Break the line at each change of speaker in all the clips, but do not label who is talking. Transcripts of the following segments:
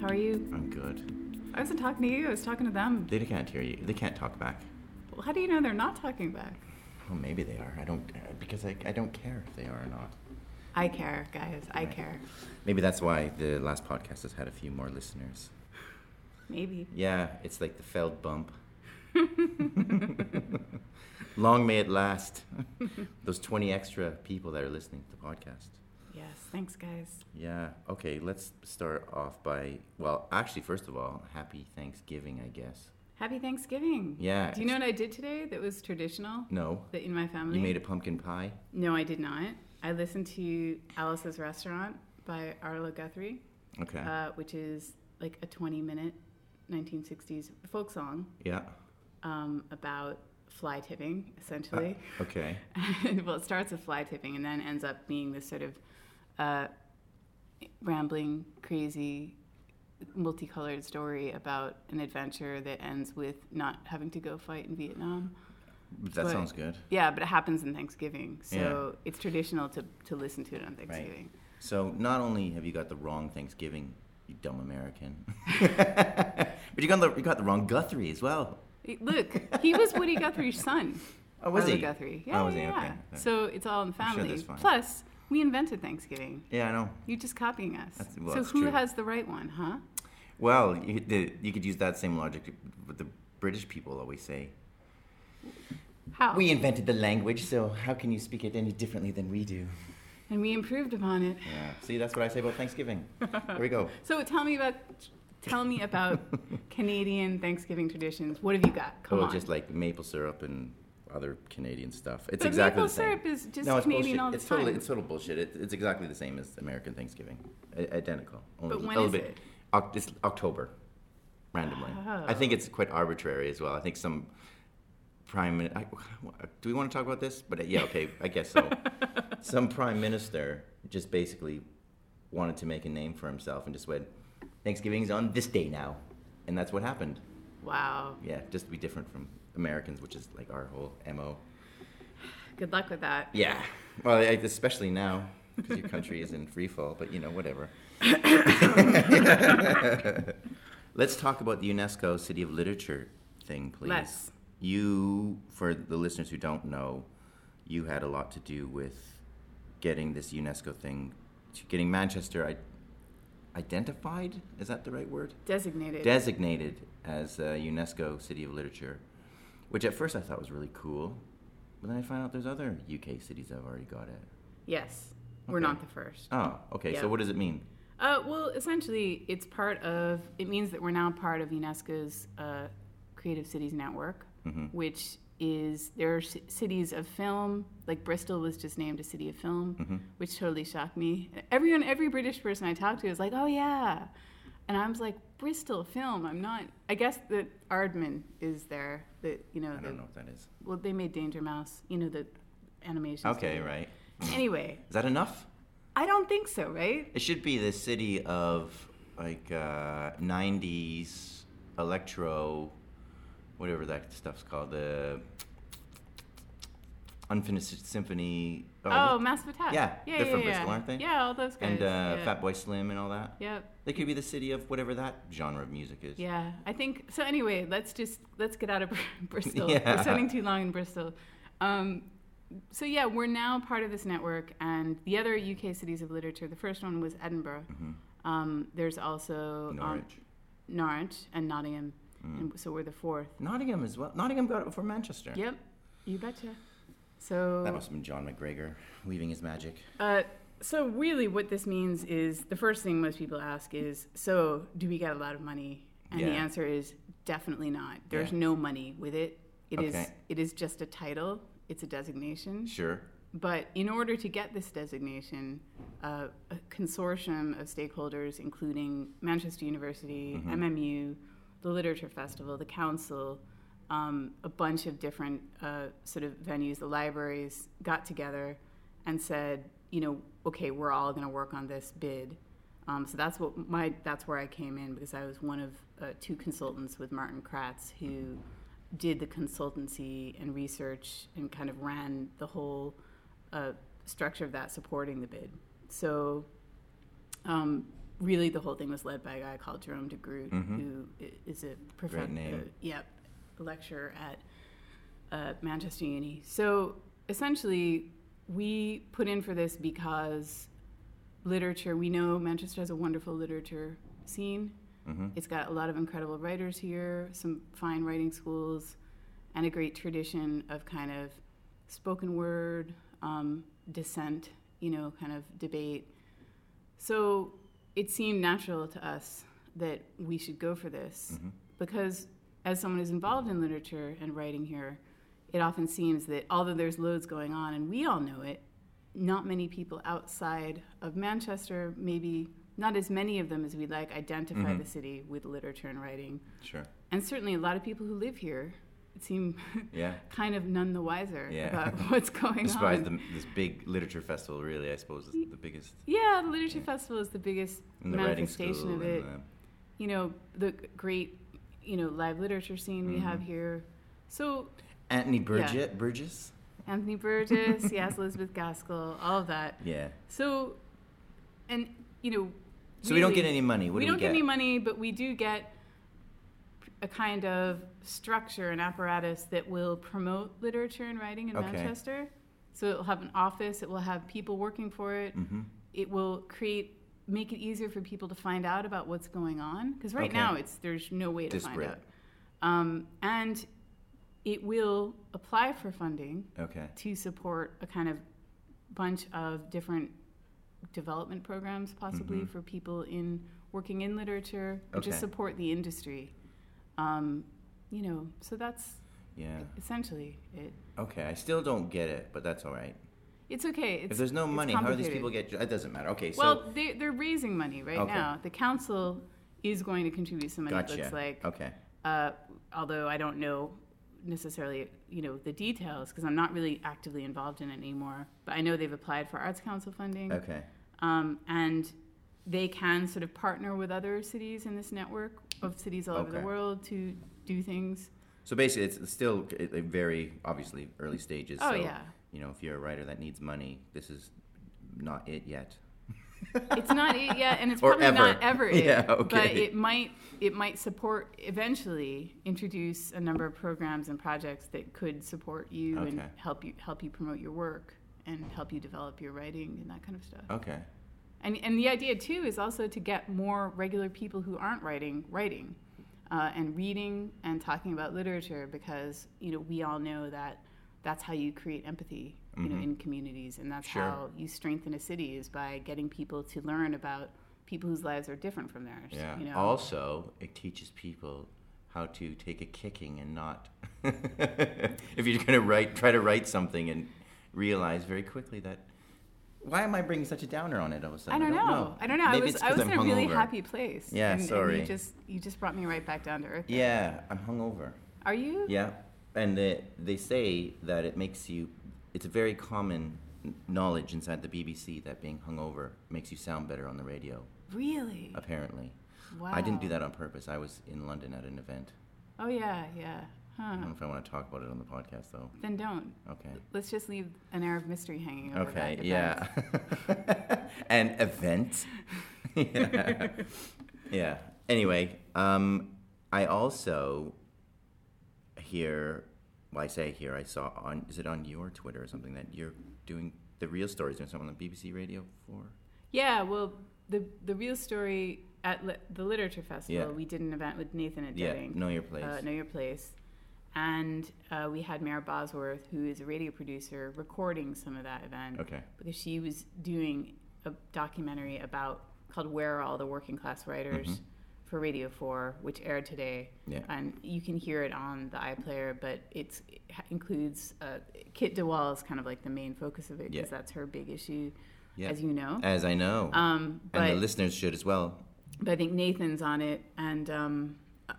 How are you?
I'm good.
I wasn't talking to you. I was talking to them.
They can't hear you. They can't talk back.
Well, How do you know they're not talking back?
Well, maybe they are. I don't uh, because I, I don't care if they are or not.
I care, guys. I
Right.
care.
Maybe that's why the last podcast has had a few more listeners.
Maybe.
Yeah, it's like the felled bump. Long may it last. Those 20 extra people that are listening to the podcast.
Yes. Thanks, guys.
Yeah. Okay, let's start off by well, actually first of all, happy Thanksgiving, I guess.
Happy Thanksgiving.
Yeah.
Do you know what I did today that was traditional?
No.
That in my family?
You made a pumpkin pie?
No, I did not. I listened to Alice's Restaurant by Arlo Guthrie,
Okay.
uh, which is like a 20 minute 1960s folk song
yeah.
um, about fly tipping, essentially.
Okay.
well, it starts with fly tipping and then ends up being this sort of uh, rambling, crazy, multicolored story about an adventure that ends with not having to go fight in Vietnam.
That
But-
sounds good.
Yeah, but it happens in Thanksgiving, so it's traditional to, to listen to it on Thanksgiving.
So not only have you got the wrong Thanksgiving, you dumb American, but you got the you got the wrong Guthrie as well.
Y- Look, he was Woody Guthrie's son.
Oh, was
Arlo
he?
Guthrie. Yeah,
was
yeah,
he?
yeah.
Okay. Okay.
So it's all in the
I'm sure
family.
that's fine.
Plus, we invented Thanksgiving.
Yeah, I know.
You're just copying us.
That's- well,
so
it's
who
true.
has the right one, huh?
Well, you, the, you could use that same logic, but the British people always say
How?
we invented the language, so how can you speak it any differently than we do?
and we improved upon it.
Yeah. See, that's what I say about Thanksgiving. there we go.
So tell me about tell me about Canadian Thanksgiving traditions. What have you got? Come
oh,
on.
just like maple syrup and other Canadian stuff. It's
but
exactly
maple
the same.
syrup is just
no, it's
Canadian
bullshit.
all the
it's
time.
Totally, it's total bullshit. It, it's exactly the same as American Thanksgiving. I- identical. Only
But
a
when
little
is
bit.
it?
Oc- it's October, randomly. I think it's quite arbitrary as well. I think some prime. min- I, do we want to talk about this? But uh, yeah, okay, I guess so. some prime minister just basically wanted to make a name for himself and just went, Thanksgiving's on this day now, and that's what happened.
wow.
Yeah, just to be different from Americans, which is like our whole mo.
Good luck with that.
Yeah. Well, I- especially now because your country is in free fall, but you know, whatever. Let's talk about the UNESCO City of Literature thing, please.
Let's.
You, for the listeners who don't know, you had a lot to do with getting this UNESCO thing, to getting Manchester I- identified. Is that the right word?
Designated.
designated as a UNESCO City of Literature, which at first I thought was really cool, but then I found out there's other UK cities that have already got it.
yes. We're
Okay.
not the first.
Oh, okay.
Yeah.
So what does it mean?
Uh, well, essentially, it's part of. It means that we're now part of UNESCO's uh, Creative Cities Network,
Mm-hmm.
which is there are c- cities of film. Like Bristol was just named a city of film,
Mm-hmm.
which totally shocked me. Everyone, every British person I talked to is like, "Oh yeah," and I was like, "Bristol film." I'm not. I guess that Aardman is there. That you know.
I
the,
don't know what that is.
Well, they made Danger Mouse. You know the animation.
Okay,
studio.
right.
Anyway,
Is that enough?
I don't think so. Right?
It should be the city of like uh, 90s electro, whatever that stuff's called, the Unfinished Symphony.
Oh, Massive Attack.
Yeah,
yeah,
they're
yeah,
from
yeah.
Bristol, aren't they?
Yeah, all those guys.
and uh,
yeah.
Fat Boy Slim and all that.
Yep.
They could be the city of whatever that genre of music is.
Yeah, I think so. Anyway, let's just let's get out of Bristol.
Yeah.
We're spending too long in Bristol. Um, so yeah, we're now part of this network, and the other UK cities of literature. The first one was Edinburgh.
Mm-hmm.
Um, there's also um,
Norwich. Hmm.
Norwich, and Nottingham, and so we're the fourth.
Mm-hmm. Nottingham as well. Nottingham got it before Manchester.
Yep, you betcha. So
That must have been John McGregor weaving his magic.
Uh, so really, what this means is the first thing most people ask is, "So, do we get a lot of money?" And the
Yeah.
answer is definitely not. There's
Yeah.
no money with it. It is.
Okay.
It is just a title. It's a designation.
Sure.
But in order to get this designation, uh, a consortium of stakeholders, including Manchester University, MMU, the Literature Festival, the Council, um, a bunch of different uh, sort of venues, the libraries, got together and said, you know, okay, we're all going to work on this bid. Um, so that's what my that's where I came in because I was one of uh, two consultants with Martin Kratz who did the consultancy and research and kind of ran the whole uh, structure of that supporting the bid. So um, really the whole thing was led by a guy called Jerome de Groot, who i- is a professor.
name.
yep, lecturer at uh, Manchester Uni. So essentially, we put in for this because literature. We know Manchester has a wonderful literature scene.
Mm-hmm.
It's got a lot of incredible writers here, some fine writing schools, and a great tradition of kind of spoken word, um, dissent, you know, kind of debate. So it seemed natural to us that we should go for this
Mm-hmm.
because, as someone who's involved in literature and writing here, it often seems that although there's loads going on and we all know it, not many people outside of Manchester, maybe not as many of them as we'd like, identify
Mm-hmm.
the city with literature and writing.
Sure.
And certainly a lot of people who live here seem
Yeah.
kind of none the wiser
Yeah.
about what's going on.
Despite the, this big literature festival, really, I suppose is the biggest.
Yeah, the Literature Festival is the biggest
And the writing
manifestation
school.
of it.
And
You know, the g- great, you know, live literature scene
Mm-hmm.
we have here. So
the, Anthony Burgess. Burgess.
Anthony Burgess, yes, Elizabeth Gaskell, all of that.
Yeah.
So, and you know,
So we don't get
really-
any money. What
we
do
don't
we
get any money, but we do get a kind of structure and apparatus that will promote literature and writing in
Okay.
Manchester. So it will have an office. It will have people working for
Mm.
it.
Mm-hmm.
It will create make it easier for people to find out about what's going on because right
Okay.
now it's there's no way to find
Disparate.
out. Um, and it will apply for funding
Okay.
to support a kind of bunch of different development programs possibly for people in working in literature and
Mm-hmm. Okay.
just support the industry um, you know so that's
Yeah.
essentially it
Okay. I still don't get it, but that's all right.
it's okay it's,
If there's no
it's
money, how do these
complicated.
people get? It doesn't matter. Okay. So
well they, they're raising money right
Okay.
now the council is going to contribute some money
gotcha.
it looks like
okay.
uh, although I don't know necessarily, you know, the details because I'm not really actively involved in it anymore. But I know they've applied for Arts Council funding,
Okay.
um, and they can sort of partner with other cities in this network of cities all over the
Okay.
world to do things.
So basically, it's still at a very obviously early stages.
Oh,
so,
yeah.
You know, if you're a writer that needs money, this is not it yet.
It's not it yet, and it's
Or
probably not
ever.
ever it.
Yeah,
But
okay.
it might it might support eventually introduce a number of programs and projects that could support you and
Okay.
help you help you promote your work and help you develop your writing and that kind of stuff.
Okay.
And, and the idea too is also to get more regular people who aren't writing writing uh, and reading and talking about literature because you know we all know that that's how you create empathy you know in communities and that's
Mm-hmm. Sure.
how you strengthen a city is by getting people to learn about people whose lives are different from theirs
Yeah.
you know
Also, it teaches people how to take a kicking and not. if you're going to write, try to write something and realize very quickly that. Why am I bringing such a downer on it all of a
I
sudden?
don't know. I don't know.
Maybe
I was
it's
I
'cause
was in
I'm
a really
hungover.
happy place.
Yeah,
and, And
sorry.
you just you just brought me right back down to earth.
Yeah, I'm hungover.
Are you?
Yeah, and they, they say that it makes you. It's a very common n- knowledge inside the BBC that being hungover makes you sound better on the radio.
Really?
Apparently,
Wow.
I didn't do that on purpose. I was in London at an event.
Oh yeah, yeah. Huh.
I don't know if I want to talk about it on the podcast though.
Then don't.
Okay.
Let's just leave an air of mystery hanging over.
Okay.
that
Yeah.
event.
An event. yeah. yeah. Anyway, um, I also hear. Well, I say here. I saw on. Is it on your Twitter or something that you're doing the real stories doing something on the BBC Radio Four?
Yeah. Well, the the real story at li- the literature festival,
Yeah.
we did an event with Nathan at
Yeah.
Deading,
Know your place.
uh, Know Your Place, and uh, we had Mara Bosworth, who is a radio producer, recording some of that event
okay.
because she was doing a documentary about called "Where Are All the Working Class Writers."
Mm-hmm.
For Radio 4, which aired today,
Yeah.
and you can hear it on the iPlayer, but it's, it ha- includes uh, Kit DeWall is kind of like the main focus of it
Yeah.
because that's her big issue,
Yeah.
as you know.
As I know,
Um,
and the
but,
listeners should as well.
but I think Nathan's on it, and um, uh,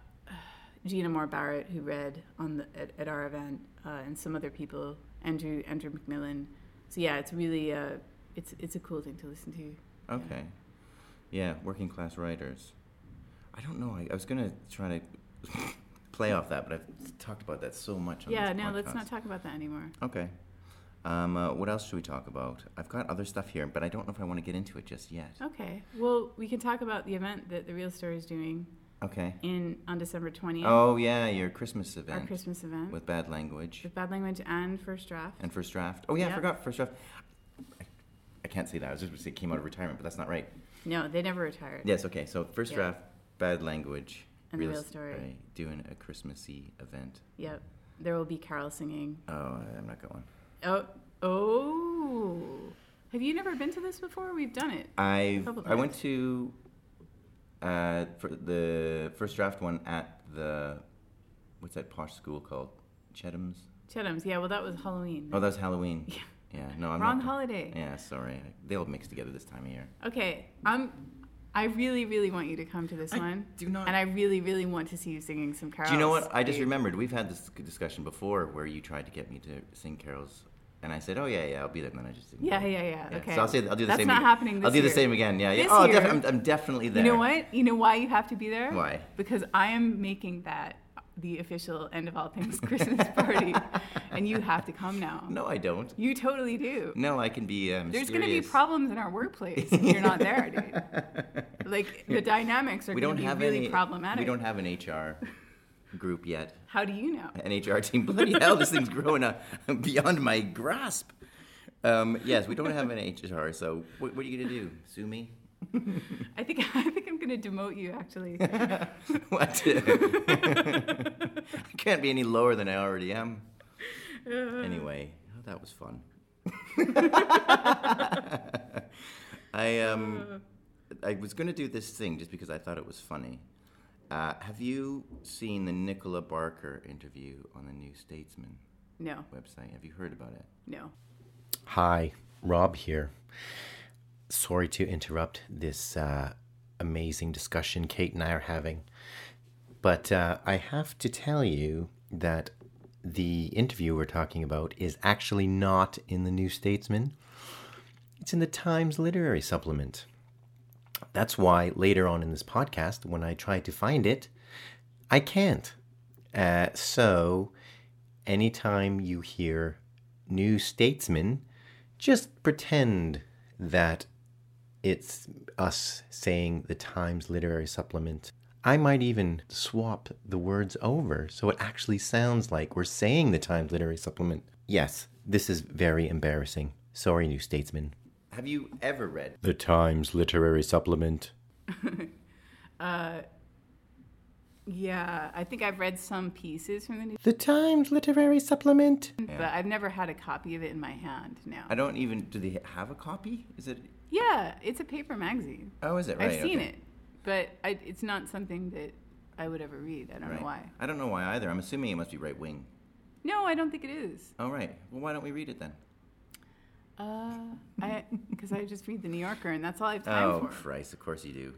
Gina Moore Barrett, who read on the, at, at our event, uh, and some other people, Andrew Andrew McMillan. So yeah, it's really uh, it's it's a cool thing to listen to.
Okay. Yeah, working class writers. I don't know. I, I was gonna try to play off that, but I've talked about that so much. On
yeah,
this
no, let's
podcast.
not talk about that anymore.
Okay. Um, uh, what else should we talk about? I've got other stuff here, but I don't know if I want to get into it just yet.
Okay. Well, we can talk about the event that the Real Store is doing
Okay.
in on December 20th.
Oh yeah, your Christmas
Oh. our
event
Christmas event with,
with bad language
Bad Language and First Draft.
and first draft. Oh yeah,
Yeah.
I forgot first draft. I- I can't say that. I was just going to say came out of retirement, but that's not right.
no, they never retired.
Yes. Okay. So first
Yeah.
draft, bad language,
And the real
s-
story.
right, doing a Christmassy event.
Yep. There will be carol singing.
Oh, I'm not going.
Oh, oh. Have you never been to this before? We've done it.
I
couple
I went to uh, for the first draft one at the what's that posh school called Chetham's?
Chetham's. Yeah, well, that was Halloween.
Oh, that was Halloween.
Yeah.
Yeah. No, I'm
Wrong
not.
holiday.
Yeah, sorry. They all mix together this time of year.
Okay. I'm. I really, really want you to come to this
I
one.
do not-
And I really, really want to see you singing some carols.
Do you know what? I just
dude.
remembered. We've had this discussion before where you tried to get me to sing carols, and I said, "Oh yeah, yeah, I'll be there." And then I just didn't.
Yeah,
go.
yeah, yeah. Okay.
So I'll say I'll do the
That's
same.
not
ag-
happening this
I'll do
year.
the same again. Yeah, yeah.
This
oh, I'll
year.
defi- I'm, I'm definitely
You
there.
know what? You know why you have to be there?
Why?
Because I am making that the official end of all things Christmas party, and you have to come now.
No, I don't.
You totally do.
No, I can be. Uh,
There's going to be
mysterious.
problems in our workplace if you're not there, dude. Like the dynamics are
We
going
don't
to be
have
really
any
problematic.
We don't have an HR group yet.
How do you know?
An HR team. Bloody hell, this thing's growing uh, beyond my grasp. Um, yes, we don't have an HR. So what, what are you gonna do? Sue me?
I think I think I'm going to demote you actually.
What? I can't be any lower than I already am. Anyway, oh, that was fun. I um, I was gonna do this thing just because I thought it was funny. Uh, have you seen the Nicola Barker interview on the New Statesman
No,
website? Have you heard about it?
no.
Hi, Rob here. Sorry to interrupt this uh, amazing discussion Kate and I are having, but uh, I have to tell you that the interview we're talking about is actually not in the New Statesman, it's in the Times Literary Supplement. That's why later on in this podcast, when I try to find it, I can't. Uh, so, anytime you hear New Statesman, just pretend that it's us saying the Times Literary Supplement. I might even swap the words over so it actually sounds like we're saying the Times Literary Supplement. Yes, this is very embarrassing. Sorry, New Statesman.
Have you ever read?
The Times Literary Supplement.
Yeah, I think I've read some pieces from the news,
The Times Literary Supplement.
but I've never had a copy of it in my hand now.
I don't even. Do they have a copy? Is it?
Yeah, it's a paper magazine.
Oh, is it? Right.
I've seen
okay.
it, but I, it's not something that I would ever read. I don't
Right.
know why.
I don't know why either. I'm assuming it must be right wing.
No, I don't think it is.
All right. Well, why don't we read it then?
Uh, Because I just read The New Yorker, and that's all I have time
Oh,
for.
Christ! Of course you do.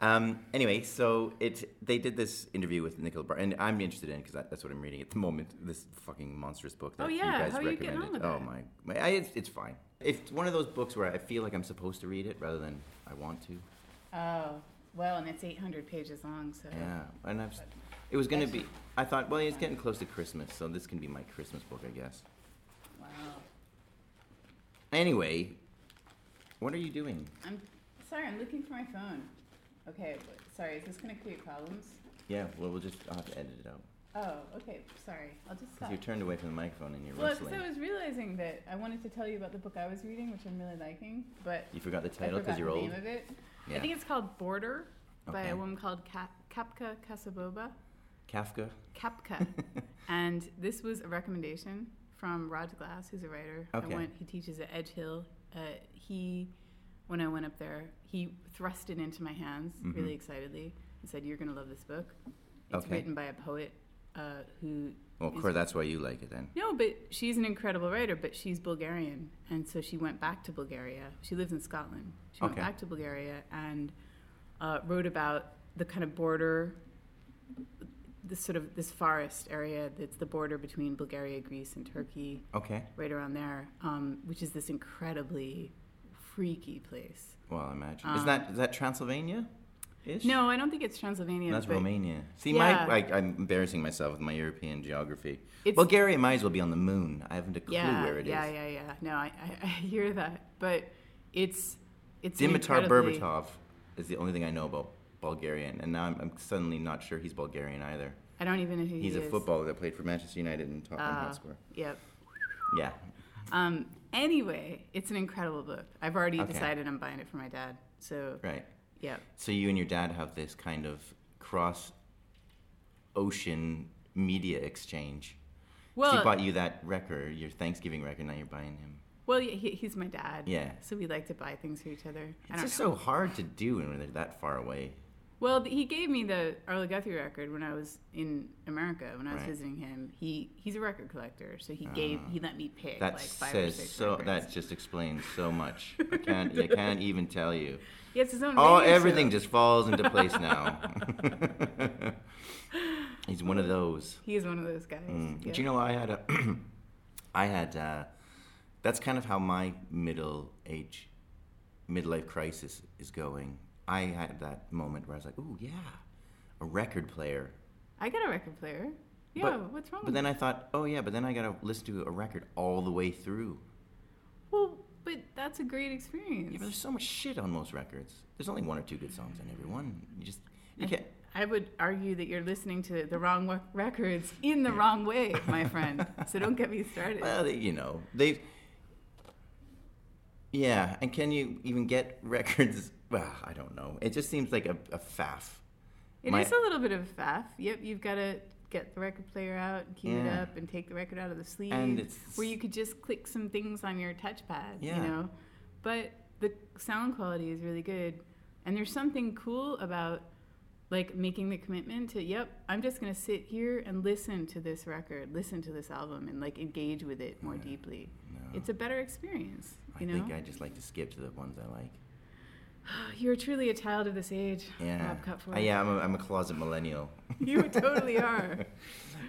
Um, anyway, so it they did this interview with Nicola Bar, and I'm interested in because that's what I'm reading at the moment. This fucking monstrous book that
Oh,
you
yeah,
guys
how are you
recommended.
getting on with
oh
that?
my, my I, it's, it's fine. It's one of those books where I feel like I'm supposed to read it rather than I want to.
Oh, well, and it's 800 pages long, so.
Yeah, and I've, it was gonna be. I thought, well, it's getting close to Christmas, so this can be my Christmas book, I guess.
Wow.
Anyway, what are you doing?
I'm sorry, I'm looking for my phone. Okay, w- sorry, is this going to create problems?
Yeah, well, we'll just I'll have to edit it out.
Oh, okay, sorry. I'll just stop.
Because you're turned away from the microphone and you're
Well, because
whistling.
I was realizing that I wanted to tell you about the book I was reading, which I'm really liking, but
You forgot the
I
title
forgot
because you're
the
old.
name of it. I
Yeah.
think it's called Border by
Okay.
a woman called Ka- Kapka Kasaboba.
Kafka.
Kapka. and this was a recommendation from Rod Glass, who's a writer. I
Okay.
went, he teaches at Edge Hill. Uh, he, when I went up there, he thrust it into my hands
Mm-hmm.
really excitedly and said, You're going to love this book. It's
Okay.
written by a poet uh, who
Well, of course, that's why you like it then.
no, but she's an incredible writer, but she's Bulgarian. And so she went back to Bulgaria. She lives in Scotland. She went
Okay.
back to Bulgaria and uh, wrote about the kind of border, this sort of this forest area that's the border between Bulgaria, Greece, and Turkey,
Okay.
right around there, um, which is this incredibly freaky place.
Well, I imagine. is that is that Transylvania? Ish?
Ah. No, I don't think it's Transylvania.
That's
but
Romania. See,
Yeah.
my I, I'm embarrassing myself with my European geography.
It's-
Bulgaria might as well be on the moon. I haven't a clue
Yeah,
where it is.
yeah, yeah, yeah. No, I, I, I hear that, but it's it's an
Dimitar
incredibly-
Berbatov is the only thing I know about Bulgarian, and now I'm, I'm suddenly not sure he's Bulgarian either.
I don't even know who
He's
he
a
is.
footballer that played for Manchester United and Tottenham
Ah,
Hotspur.
Yep.
Yeah,
Um, anyway, it's an incredible book. I've already
Okay.
decided I'm buying it for my dad. So
right.
yeah,
So you and your dad have this kind of cross ocean media exchange.
well,
he bought you that record, your Thanksgiving record. Now you're buying him.
well, yeah, he, he's my dad.
Yeah.
So we like to buy things for each other. I
It's
don't
just
know.
so hard to do when they're that far away.
Well, th- he gave me the Arlo Guthrie record when I was in America when I was
Right. Ah.
visiting him. He he's a record collector, so he gave he let me pick
That
like five or
says
six
so.
records.
That just explains so much. I can't. I can't even tell you.
He has his own.
All
radio
everything
show.
just falls into place now. He's one of those.
He is one of those guys. yeah.
Do Mm. you know I had a I had uh that's kind of how my middle age midlife crisis is going. I had that moment where I was like, "Ooh, yeah, a record player."
I got a record player. Yeah,
But-
what's wrong?
But then I thought, "Oh yeah, but then I got to listen to a record all the way through."
well, but that's a great experience.
Yeah, but there's so much shit on most records. There's only one or two good songs on every one. You just you
I-
can't
I would argue that you're listening to the wrong wa- records in the
Yeah.
wrong way, my friend. so don't get me started.
Well, they, you know, they. Yeah, and can you even get records? Well, I don't know. It just seems like a, a faff.
It is
my-
a little bit of a faff. Yep, you've got to get the record player out, cue it
Yeah.
up, and take the record out of the sleeve,
And it's-
where you could just click some things on your touchpad.
Yeah.
You know, but the sound quality is really good, and there's something cool about like making the commitment to yep i'm just going to sit here and listen to this record listen to this album and like engage with it more deeply
No,
it's a better experience
I
you know
think I just like to skip to the ones I like.
you're truly a child of this age
Yeah,
Rob Cutforth.
I, yeah, I'm a, I'm a closet millennial.
you totally are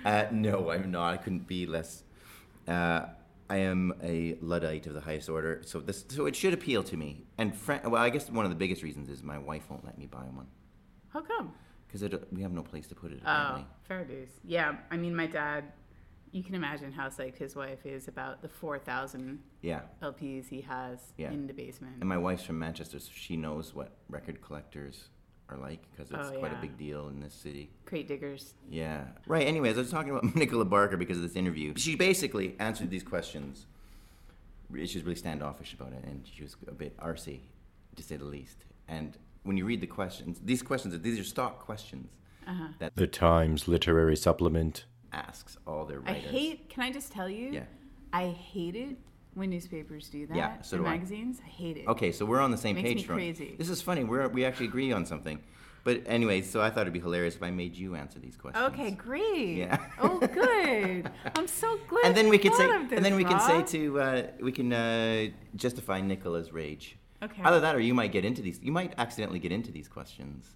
Uh, no, I'm not. I couldn't be less. Uh, I am a luddite of the highest order, so this so it should appeal to me. And fr- well, I guess one of the biggest reasons is my wife won't let me buy one
how come
because we have no place to put it.
Oh,
Apparently.
fair dues. Yeah, I mean, my dad. You can imagine how psyched his wife is about the four thousand
Yeah,
LPs he has
Yeah.
in the basement.
And my wife's from Manchester, so she knows what record collectors are like because it's
Oh,
quite a
yeah.
big deal in this city.
Crate diggers.
Yeah. Right. Anyways, I was talking about Nicola Barker because of this interview. She basically answered these questions. Re- She was really standoffish about it, and she was a bit arsy, to say the least. And when you read the questions, these questions, these are stock questions
Uh-huh.
that
The Times Literary Supplement.
asks all their
I
writers.
hate. Can I just tell you?
Yeah.
I hate it when newspapers do that.
Yeah, so
and
do I.
magazines. I. hate it.
Okay, so we're on the same
Makes me
page. Ron.
crazy.
This is funny. We're, we actually agree on something. But anyway, so I thought it'd be hilarious if I made you answer these questions.
Okay, great.
Yeah.
oh, good. I'm so glad.
and then we
you
could say,
thought of
and then we
this,
can say
Rob.
to, uh, we can uh, justify Nicola's rage.
Okay.
Either that, or you might get into these. You might accidentally get into these questions,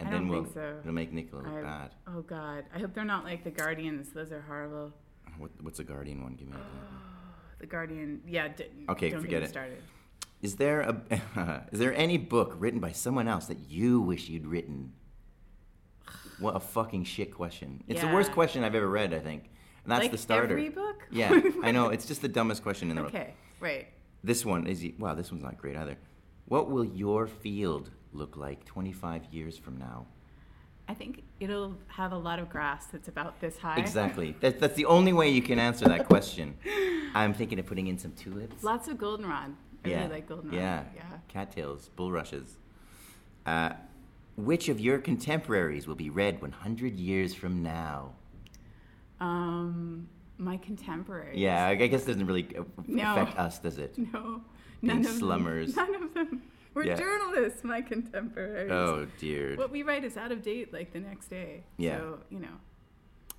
and
I
then
don't
we'll
think so.
it'll make Nicola look
I-
bad.
Oh God, I hope they're not like the Guardians. Those are horrible.
What, what's a guardian one? Give me. That.
The Guardian. Yeah. D-
Okay,
don't
forget
get me
it.
Started.
Is there a is there any book written by someone else that you wish you'd written? What a fucking shit question! It's the worst
Yeah.
question I've ever read. I think, and that's
like
the starter.
Every book?
Yeah, I know. It's just the dumbest question in the world.
okay, right.
This one is e, wow. This one's not great either. What will your field look like 25 years from now?
I think it'll have a lot of grass that's about this high.
Exactly. That, that's the only way you can answer that question. I'm thinking of putting in some tulips.
Lots of goldenrod. I
yeah.
really like goldenrod.
Yeah. Cattails, bulrushes. Uh, which of your contemporaries will be read 100 years from now?
Um, my contemporaries.
Yeah, I I guess it doesn't really uh,
No.
affect us, does it?
No. None of
slummers.
Them, none of them. We're
Yeah.
journalists, my contemporaries.
Oh dear.
What we write is out of date, like the next day.
Yeah.
So you know.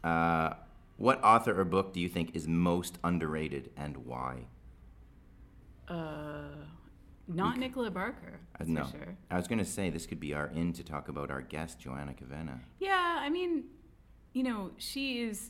Uh, what author or book do you think is most underrated and why?
Uh, not Nicola Barker.
Uh,
That's
no.
For sure.
I was going to say this could be our in to talk about our guest, Joanna Cavena.
Yeah, I mean, you know, she is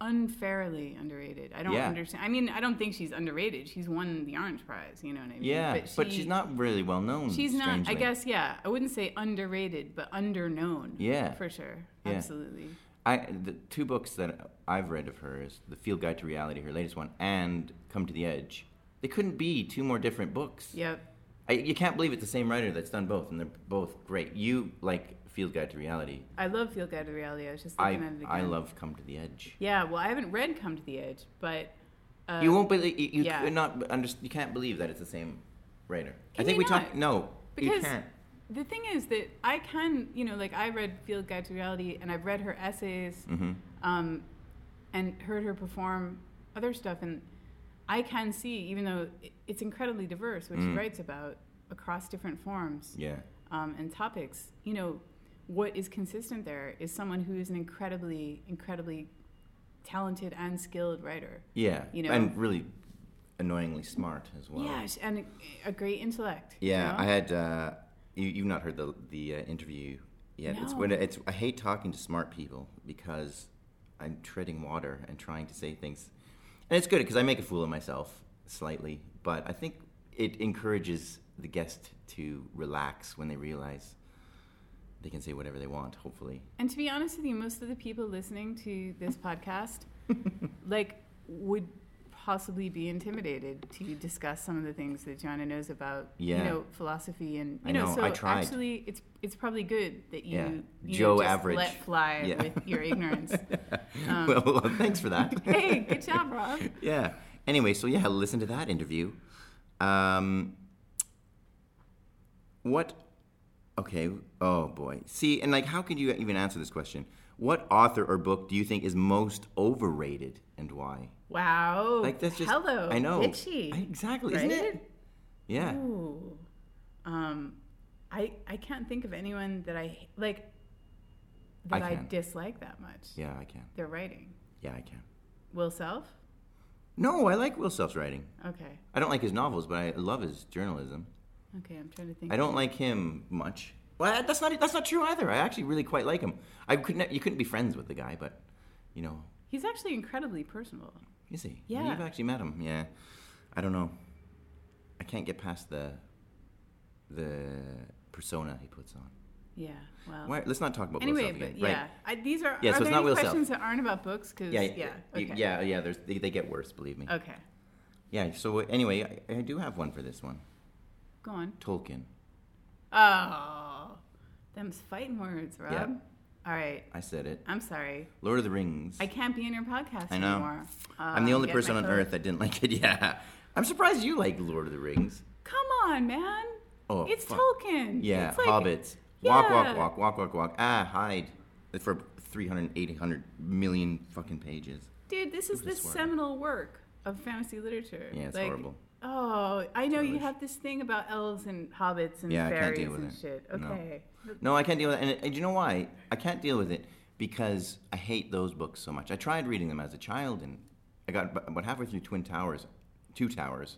unfairly underrated. I don't
Yeah.
understand. I mean, I don't think she's underrated. She's won the Orange Prize. You know what I mean?
Yeah, but,
she-
she's not really well known.
She's not. I
strangely.
guess yeah. I wouldn't say underrated, but underknown.
Yeah.
for sure.
Yeah.
Absolutely.
I the two books that I've read of hers, The Field Guide to Reality, her latest one, and Come to the Edge. They couldn't be two more different books.
Yep.
I, you can't believe it's the same writer that's done both, and they're both great. You like Field Guide to Reality.
I love Feel Guide to Reality. I was just
I
looking at it again.
I love Come to the Edge.
Yeah. Well, I haven't read Come to the Edge, but uh,
you won't believe you, you
yeah.
could not under, you can't believe that it's the same writer. I
Can
think we
you
talked
not?
no, you
Because-
can't.
the thing is that I can, you know, like I read Field Guide to Reality and I've read her essays
Mm-hmm.
um, and heard her perform other stuff. And I can see, even though i- it's incredibly diverse, what she writes about across different forms
Yeah,
um, and topics, you know, what is consistent there is someone who is an incredibly, incredibly talented and skilled writer.
yeah,
You know-
and really annoyingly smart as well.
Yeah, sh- and a, a great intellect. you
Yeah,
know?
I had. Uh, you, you've not heard the the uh, interview yet. It's when
No.
it's. I hate talking to smart people because I'm treading water and trying to say things, and it's good because I make a fool of myself slightly. But I think it encourages the guest to relax when they realize they can say whatever they want. Hopefully,
And to be honest with you, most of the people listening to this podcast, like, would possibly be intimidated to discuss some of the things that Joanna knows about,
Yeah.
you know, philosophy and you
I know,
so
I tried.
actually, it's it's probably good that you,
Yeah.
you
Joe
just
average.
let fly
Yeah.
with your ignorance. Um,
well, thanks for that.
hey, good job, Rob.
yeah. Anyway, so yeah, listen to that interview. Um, what? Okay. Oh boy. See, and like, how could you even answer this question? What author or book do you think is most overrated, and why?
Wow.
Like, that's just.
Oh, hello.
I know.
Bitchy.
I- exactly. Isn't
right?
it? Yeah.
Ooh. Um, I I can't think of anyone that I like that
I
I,
can.
dislike that much.
Yeah, I can.
Their writing.
Yeah, I can.
Will Self?
No, I like Will Self's writing.
Okay.
I don't like his novels, but I love his journalism.
Okay, I'm trying to think.
I don't like him much. Well, that's not that's not true either. I actually really quite like him. I couldn't you couldn't be friends with the guy, but you know,
He's actually incredibly personal.
is he?
Yeah.
you've actually met him. Yeah, I don't know. I can't get past the the persona he puts on.
Yeah. Wow.
Why, let's not talk about
Oh. anyway,
Wilson again.
but yeah,
Right.
I, these are
Yeah,
are
so it's
there
not
any
Will Self.
questions that aren't about books? Cause
Yeah,
yeah,
yeah,
okay.
yeah, yeah. There's, they, they get worse, believe me.
Okay,
Yeah. So anyway, I, I do have one for this one.
go on.
Tolkien.
Oh, them's fighting words, Rob.
Yeah.
All right,
I said it.
I'm sorry.
Lord of the Rings.
I can't be in your podcast
I know.
anymore. Uh,
I'm the only
get
person
my
on
clothes.
earth that didn't like it. Yeah. I'm surprised you like Lord of the Rings.
Come on, man.
Oh,
it's
fuck.
Tolkien.
Yeah,
It's like-
hobbits. Walk, walk,
Yeah.
walk, walk, walk, walk. Ah, hide. For 300, 800 million fucking pages.
Dude, this
Who's
is the
this one?
seminal work of fantasy literature.
Yeah, it's
Like,
horrible.
Oh, I know you
Delish.
have this thing about elves and hobbits and
Yeah, I can't
fairies
deal with
and
it.
shit.
No.
Okay.
No, I can't deal with it. And, and you know why? I can't deal with it because I hate those books so much. I tried reading them as a child, and I got ab- about halfway through Twin Towers, Two Towers,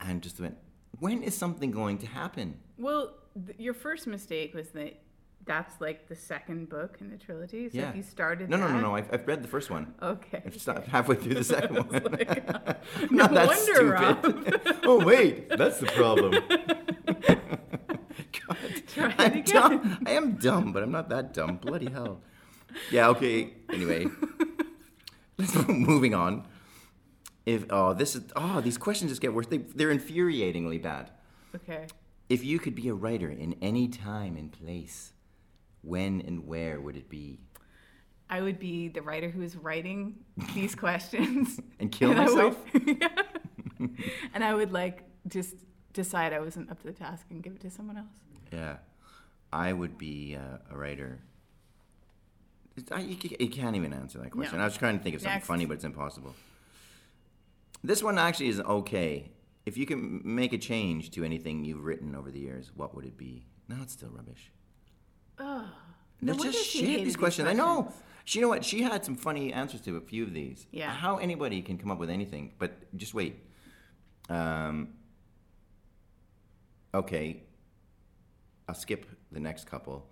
and just went, when is something going to happen?
Well, th- your first mistake was that that's like the second book in the trilogy. So
Yeah.
if you started
No, no, no,
that-
no. I've, I've read the first one.
Okay.
I've stopped halfway through the second
I was
one.
like,
Not
No
that
wonder, Rob.
stupid. oh wait, that's the problem. God,
Try it
I'm
again.
dumb. I am dumb, but I'm not that dumb. Bloody hell. Yeah. Okay. Anyway, let's moving on. If oh this is oh these questions just get worse. They they're infuriatingly bad.
okay.
If you could be a writer in any time and place, when and where would it be?
I would be the writer who is writing these questions.
And kill
I would-
myself?
and I would like just decide I wasn't up to the task and give it to someone else.
Yeah, I would be uh, a writer. It's- I, you, ca- you can't even answer that question.
No.
I was trying to think of something
Next.
funny, but it's impossible. This one actually is okay. If you can m- make a change to anything you've written over the years, what would it be? No, it's still rubbish.
Oh,
They're just shit. These questions. I know. She, you know what? She had some funny answers to a few of these.
Yeah.
How anybody can come up with anything, but just wait. Um, okay. I'll skip the next couple.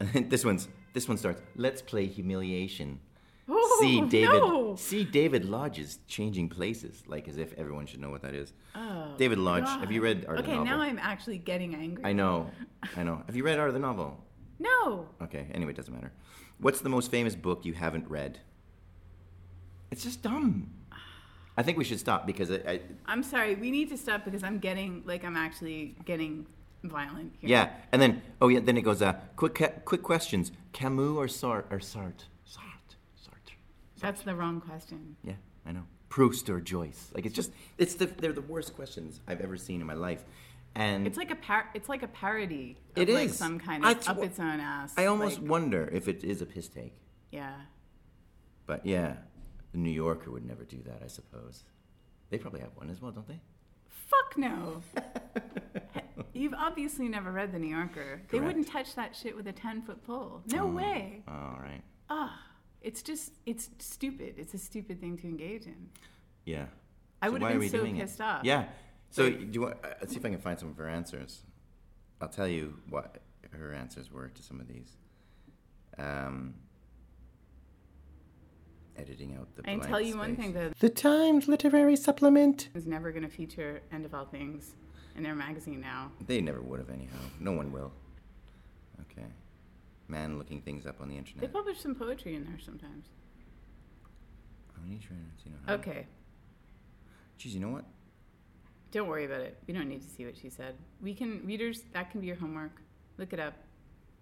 this one's. This one starts. Let's play humiliation.
Oh,
see David.
no.
See David Lodge's Changing Places, like as if everyone should know what that is. David Lodge. Have you read Art of the
Oh, Okay,
Novel?
now I'm actually getting angry.
I know, I know. Have you read Art of the Novel?
No.
Okay. Anyway, it doesn't matter. What's the most famous book you haven't read? It's just dumb. I think we should stop because I, I
I'm sorry. We need to stop because I'm getting like I'm actually getting violent here.
yeah. And then oh yeah, then it goes uh quick ca- quick questions. Camus or Sartre or Sartre Sartre Sartre.
That's the wrong question.
Yeah, I know. Proust or Joyce. Like it's just it's the they're the worst questions I've ever seen in my life. And
It's like a par- it's like a parody. Of
Mm. It
like
is.
some kind
I
of
t-
up its own ass.
I almost
like,
wonder if it is a piss take.
yeah.
But yeah, the New Yorker would never do that, I suppose. They probably have one as well, don't they?
Fuck no. You've obviously never read The New Yorker. They
Correct.
wouldn't touch that shit with a ten foot pole. No way.
Oh, all right.
It's just it's stupid. It's a stupid thing to engage in.
Yeah.
I
So
would've
why
been
are we
so
doing it?
pissed off.
Yeah. So do you want, uh, let's see if I can find some of her answers. I'll tell you what her answers were to some of these. Um, editing out the.
I can
blank
tell you one
space.
thing though.
The Times Literary Supplement.
is never going to feature End of All Things in their magazine now.
They never would have, anyhow. No one will. Okay. Man looking things up on the
They
internet.
publish some poetry in there sometimes.
How many trainers? You know how?
Okay,
Jeez, you know what?
don't worry about it. We don't need to see what she said. We can, readers, that can be your homework. Look it up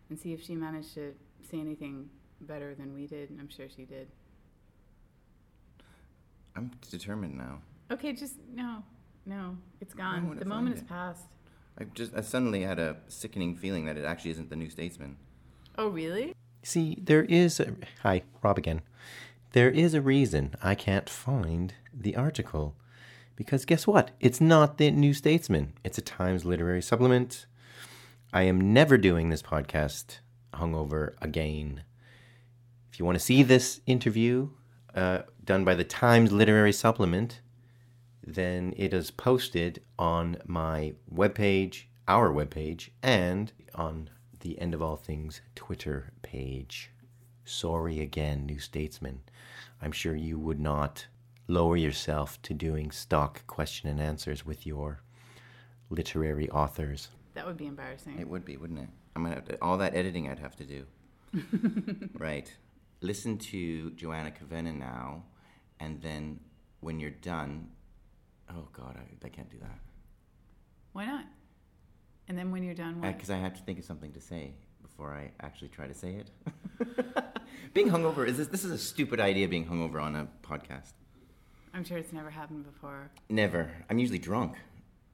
and see if she managed to say anything better than we did. and I'm sure she did.
I'm determined now.
Okay, just no, no, it's
I
gone.
wanna
The moment is
find it.
past.
I just I suddenly had a sickening feeling that it actually isn't the New Statesman.
Oh, really?
See, there is a. Hi, Rob again. There is a reason I can't find the article. Because guess what? It's not the New Statesman, it's a Times literary supplement. I am never doing this podcast hungover again. If you want to see this interview uh, done by the Times literary supplement, then it is posted on my webpage, our webpage, and on the End of All Things Twitter page. Sorry again, New Statesman. I'm sure you would not lower yourself to doing stock question and answers with your literary authors.
That would be embarrassing.
It would be, wouldn't it? I'm gonna have to, all that editing I'd have to do. right. Listen to Joanna Kavanagh now, and then when you're done, oh God, I, I can't do that
Why not? And then when you're done, what?
because Uh, I have to think of something to say before I actually try to say it. being hungover is this? This is a stupid idea. Being hungover on a podcast.
I'm sure it's never happened before.
Never. I'm usually drunk.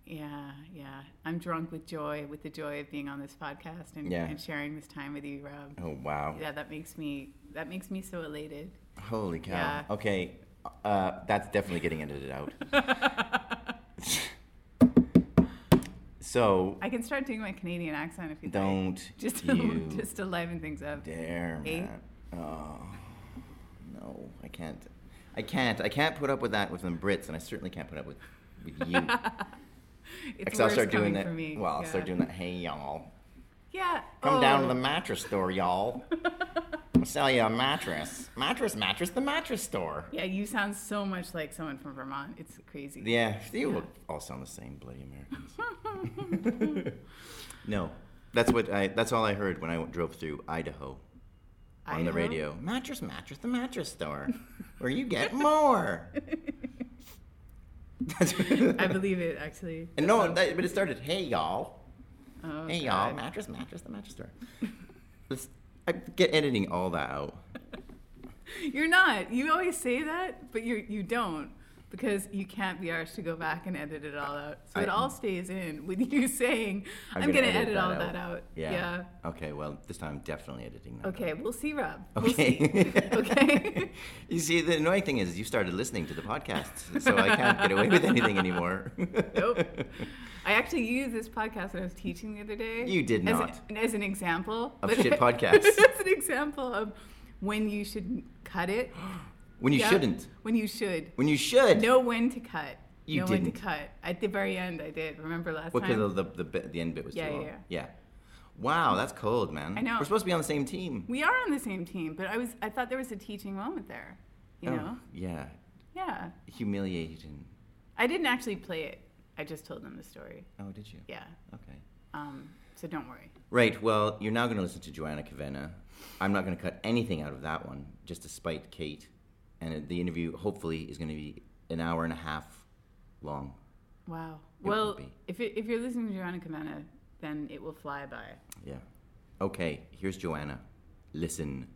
Yeah, yeah. I'm drunk with joy, with the joy of being on this podcast and,
Yeah.
and sharing this time with you, Rob.
Oh wow.
Yeah, that makes me that makes me so elated.
Holy cow.
Yeah.
Okay. Uh, that's definitely getting edited out. so
I can start doing my Canadian accent if you like.
don't
Just to,
you
just to liven things up.
dare,
Eh?
man. Oh no, I can't. I can't. I can't put up with that with them Brits, and I certainly can't put up with with you.
It's
I'll
worse
start doing
coming
that.
from me.
Well, I'll
yeah.
start doing that. Hey y'all,
Yeah.
come
oh,
down to the mattress store, y'all. I'll sell you a mattress. Mattress, mattress, the mattress store.
Yeah, you sound so much like someone from Vermont. It's crazy.
Yeah, they all- all sound the same, bloody Americans. no, that's what I. That's all I heard when I drove through Idaho on the
Idaho?
radio. Mattress, mattress, the mattress store, where you get more. That's-
I believe it actually.
and no, that, but it started. Hey y'all,
Oh,
hey y'all,
God.
mattress, mattress, the mattress store. Let's, I get editing all that out.
You're not. You always say that, but you you don't because you can't be arsed to go back and edit it all out. So it
I-
all stays in with you saying, "I'm, gonna, edit, all that out."
Yeah. Okay. Well, this time I'm definitely editing that. out.
Okay, we'll see, Rob.
Okay.
We'll see. okay.
you see, the annoying thing is you started listening to the podcast, so I can't get away with anything anymore.
nope. I actually used this podcast when I was teaching the other day.
You did
as
not.
An, as an example
Of
but-
shit podcasts.
as an example of when you should cut it.
when you
Yeah,
shouldn't.
When you should.
When you should.
Know when to cut.
You
know when
didn't.
to cut. At the very end, I did. Remember last
Because
time?
of the, the, bit- the end bit was
Yeah,
too
yeah,
long.
yeah.
Wow, that's cold, man.
I know.
We're supposed to be on the same team.
We are on the same team, but I was I thought there was a teaching moment there. You
Oh,
know?
Yeah.
Yeah.
Humiliating.
I didn't actually play it. I just told them the story.
Oh, did you?
Yeah.
Okay.
Um, so don't worry.
Right. Well, you're now going to listen to Joanna Cavenna. I'm not going to cut anything out of that one, just to spite Kate. And the interview, hopefully, is going to be an hour and a half long.
Wow.
It
well,
will be.
if it, if you're listening to Joanna Cabana, then it will fly by.
Yeah. Okay, here's Joanna. Listen.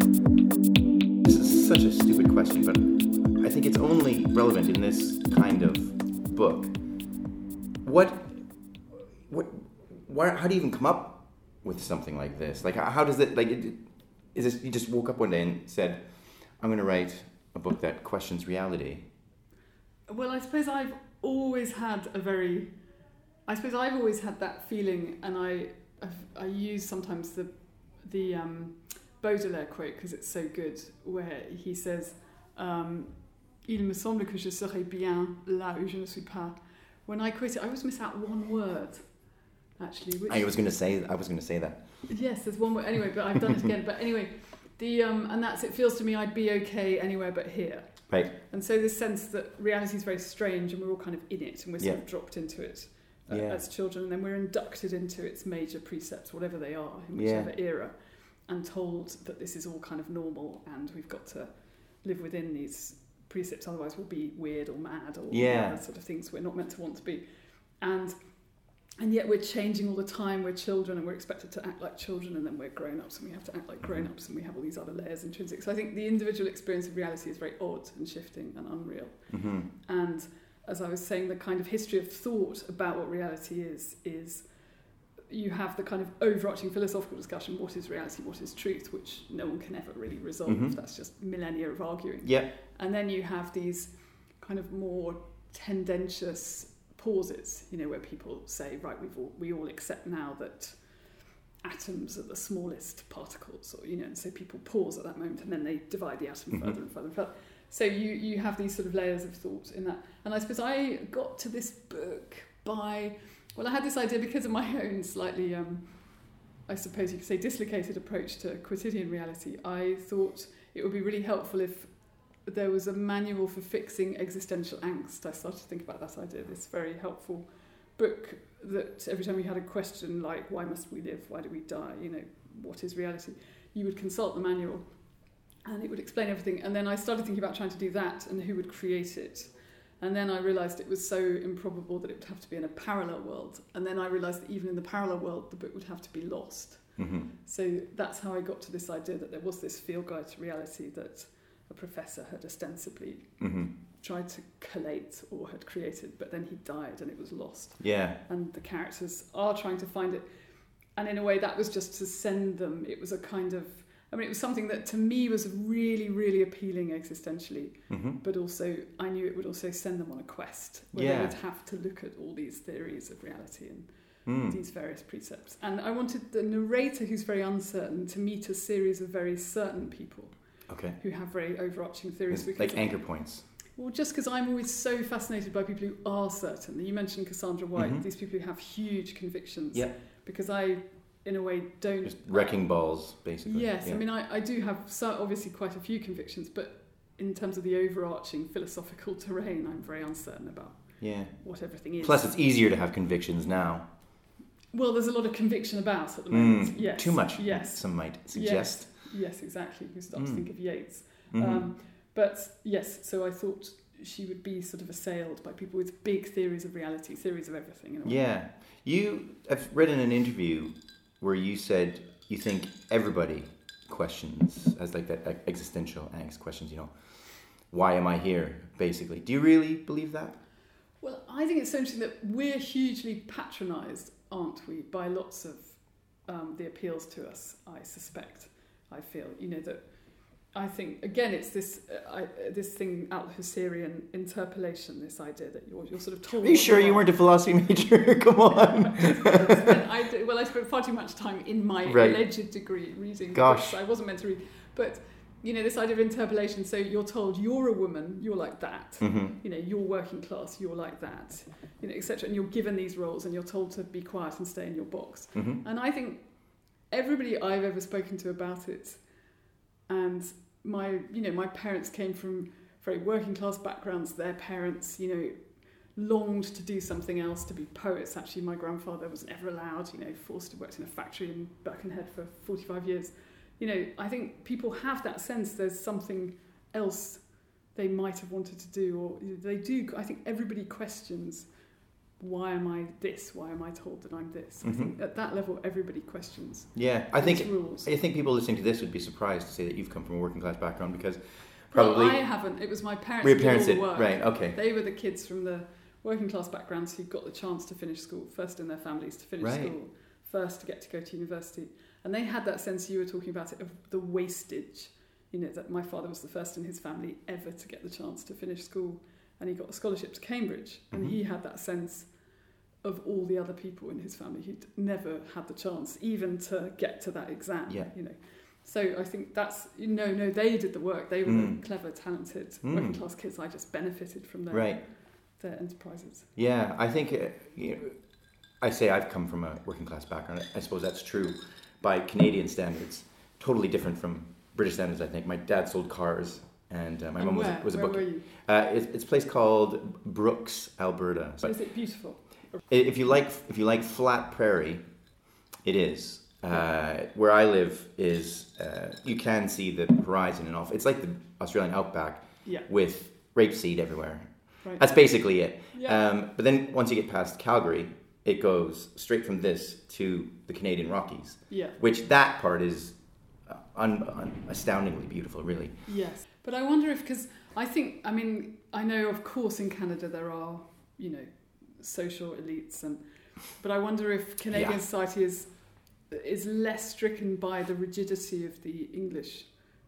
This is such a stupid question, but I think it's only relevant in this kind of book. What, what, where, how do you even come up with something like this? Like, how, how does it, like, it, is this, you just woke up one day and said, I'm going to write a book that questions reality?
Well, I suppose I've always had a very, I suppose I've always had that feeling, and I I've- I use sometimes the the um, Baudelaire quote because it's so good, where he says, um, "Il me semble que je serai bien là où je ne suis pas." When I quote it, I always miss out one word, actually. Which
I was gonna say I was gonna say that.
Yes, there's one more. Anyway, but I've done it again. But anyway, the um, and that's it. Feels to me I'd be okay anywhere but here.
Right.
And so this sense that reality is very strange, and we're all kind of in it, and we're sort
Yeah.
of dropped into it uh,
Yeah.
as children, and then we're inducted into its major precepts, whatever they are, in
Yeah.
whichever era, and told that this is all kind of normal, and we've got to live within these precepts, otherwise we'll be weird or mad or
Yeah.
other sort of things we're not meant to want to be, and. And yet we're changing all the time. We're children, and we're expected to act like children, and then we're grown-ups, and we have to act like grown-ups, and we have all these other layers intrinsic. So I think the individual experience of reality is very odd and shifting and unreal.
Mm-hmm.
And as I was saying, the kind of history of thought about what reality is is you have the kind of overarching philosophical discussion: what is reality, what is truth, which no one can ever really resolve.
Mhm.
That's just millennia of arguing.
Yeah.
And then you have these kind of more tendentious pauses, you know, where people say, right, we've all, we all accept now that atoms are the smallest particles, or, you know, and so people pause at that moment and then they divide the atom
Mhm.
further and further and further. So you, you have these sort of layers of thought in that. And I suppose I got to this book by, well, I had this idea because of my own slightly, um, I suppose you could say, dislocated approach to quotidian reality. I thought it would be really helpful if there was a manual for fixing existential angst. I started to think about that idea, this very helpful book that every time you had a question like, why must we live? Why do we die? You know, what is reality? You would consult the manual and it would explain everything. And then I started thinking about trying to do that and who would create it. And then I realised it was so improbable that it would have to be in a parallel world. And then I realised that even in the parallel world, the book would have to be lost.
Mm-hmm.
So that's how I got to this idea that there was this field guide to reality that a professor had ostensibly
Mm-hmm.
tried to collate or had created, but then he died and it was lost.
Yeah.
And the characters are trying to find it. And in a way, that was just to send them. It was a kind of, I mean, it was something that to me was really, really appealing existentially,
Mm-hmm.
but also I knew it would also send them on a quest where
Yeah.
they would have to look at all these theories of reality and
Mm.
these various precepts. And I wanted the narrator, who's very uncertain, to meet a series of very certain people
Okay.
who have very overarching theories.
It's
because-
like anchor points.
Well, just because I'm always so fascinated by people who are certain. You mentioned Cassandra White,
Mhm.
these people who have huge convictions.
Yeah.
Because I, in a way, don't.
Just wrecking balls, basically.
Yes,
Yeah.
I mean, I, I do have so, obviously quite a few convictions, but in terms of the overarching philosophical terrain, I'm very uncertain about
Yeah.
what everything is.
Plus, it's easier to have convictions now.
well, there's a lot of conviction about at the moment.
Mm.
Yes.
Too much.
Yes.
Some might suggest.
Yes, exactly. You start to
Mm.
think of Yeats.
Mhm.
Um, but yes, so I thought she would be sort of assailed by people with big theories of reality, theories of everything. In a way.
yeah. You. I've read in an interview where you said you think everybody questions as like that like, existential angst questions. You know, why am I here? Basically, do you really believe that?
Well, I think it's so interesting that we're hugely patronised, aren't we, by lots of um, the appeals to us, I suspect. I feel, you know, that I think, again, it's this uh, I, uh, this thing, Al Husserlian interpolation, this idea that you're, you're sort of told.
Are you sure you
what
weren't a philosophy major? Come on.
Spent- I d- well, I spent far too much time in my
Right.
alleged degree reading
Gosh.
books I wasn't meant to read. But you know, this idea of interpolation. So you're told you're a woman, you're like that.
Mhm.
You know, you're working class, you're like that. You know, etc. And you're given these roles, and you're told to be quiet and stay in your box.
Mhm.
And I think everybody I've ever spoken to about it, and my, you know, my parents came from very working class backgrounds. Their parents, you know, longed to do something else, to be poets. Actually, my grandfather wasn't ever allowed, you know, forced to work in a factory in Birkenhead for 45 years. You know, I think people have that sense there's something else they might have wanted to do, or they do. I think everybody questions why am I this? Why am I told that I'm this? I think at that level, everybody questions
Mm-hmm. Yeah, I
these
think
rules.
I think people listening to this would be surprised to say that you've come from a working class background because
Well,
probably
I haven't. It was my parents.
Well, your
who did
parents
all
did,
the work.
right, okay.
They were the kids from the working class backgrounds who got the chance to finish school first in their families to finish
Right.
school first to get to go to university, and they had that sense you were talking about it of the wastage. You know that my father was the first in his family ever to get the chance to finish school, and he got a scholarship to Cambridge, and
Mm-hmm.
he had that sense. Of all the other people in his family who'd never had the chance even to get to that exam,
Yeah.
you know, so I think that's no, no. They did the work. They were
Mm.
the clever, talented
Mm.
working class kids. I just benefited from their
right.
their enterprises.
Yeah, I think uh, you know, I say I've come from a working class background. I suppose that's true by Canadian standards. Totally different from British standards. I think my dad sold cars, and uh, my
And
mum was a-
where,
was a
where
book.
were you?
Uh, it's, it's a place called Brooks, Alberta. But
Is it beautiful?
I- If you like, if you like flat prairie, it is. Uh, where I live is uh, you can see the horizon and off. It's like the Australian outback
Yeah.
with rapeseed everywhere.
Right.
That's basically it.
Yeah.
Um, but then once you get past Calgary, it goes straight from this to the Canadian Rockies,
yeah.
which that part is uh, un- un- astoundingly beautiful, really.
Yes. But I wonder if because I think I mean I know of course in Canada there are you know social elites and but I wonder if Canadian
Yeah.
society is is less stricken by the rigidity of the English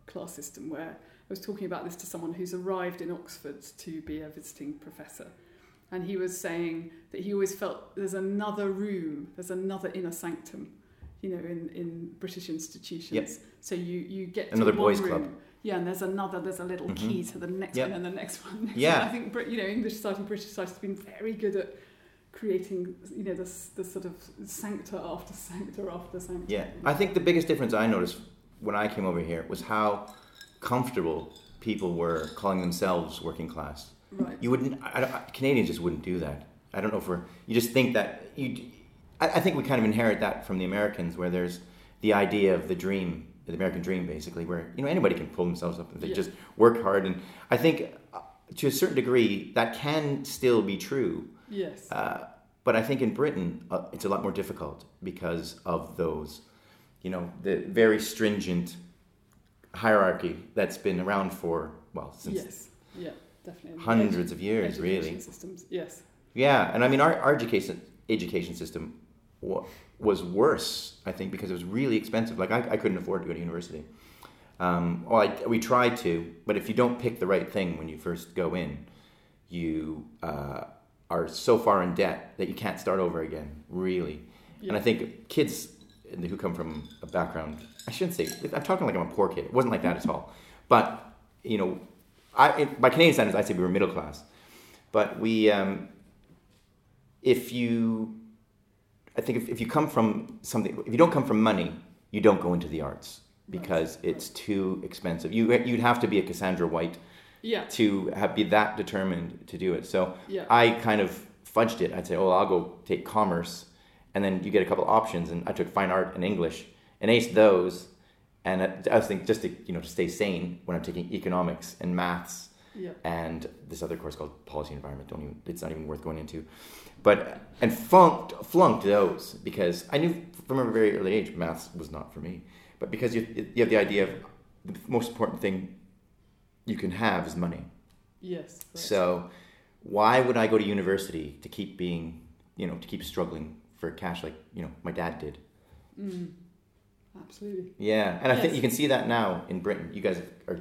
class system where I was talking about this to someone who's arrived in Oxford to be a visiting professor and he was saying that he always felt there's another room there's another inner sanctum you know in, in British institutions so you you get to
Another
one
boys'
room,
club.
yeah, and there's another, there's a little
Mhm.
key to the next
Yeah.
one and the next one. next
Yeah.
one. I think, Brit- you know, English society, British society has been very good at creating, you know, this, this sort of sancta after sancta after sancta.
Yeah, I think the biggest difference I noticed when I came over here was how comfortable people were calling themselves working class.
Right.
You wouldn't, I, I- Canadians just wouldn't do that. I don't know if we're, you just think that, you, I, I think we kind of inherit that from the Americans where there's the idea of the dream, the American dream basically, where, you know, anybody can pull themselves up and they
Yeah.
just work hard. And I think uh, to a certain degree that can still be true.
Yes.
Uh, but I think in Britain, uh, it's a lot more difficult because of those, you know, the very stringent hierarchy that's been around for, well, since
yes. Yeah, definitely.
hundreds of years,
Education
really.
Systems. Yes.
Yeah, and I mean, our, our education, education system wa- was worse, I think, because it was really expensive. Like, I, I couldn't afford to go to university. Um, well, I, we tried to, but if you don't pick the right thing when you first go in, you uh, are so far in debt that you can't start over again, really. And I
Yeah.
think kids who come from a background, I shouldn't say, I'm talking like I'm a poor kid. It wasn't like that at all. But, you know, I, by Canadian standards, I'd say we were middle class. But we, um, if you i think if, if you come from something if you don't come from money you don't go into the arts because it's too expensive you you'd have to be a cassandra white
Yeah.
to have, be that determined to do it so
Yeah.
i kind of fudged it i'd say oh i'll go take commerce and then you get a couple options and i took fine art and english and aced those and I, I was thinking just to you know to stay sane when i'm taking economics and maths
Yeah.
and this other course called policy and environment. Don't even, it's not even worth going into. But and funked, flunked those because I knew from a very early age maths was not for me. But because you you have the idea of the most important thing you can have is money.
Yes. right.
So why would I go to university to keep being you know to keep struggling for cash like you know my dad did?
Mm. Absolutely.
Yeah, and I think
Yes.
you can see that now in Britain. You guys are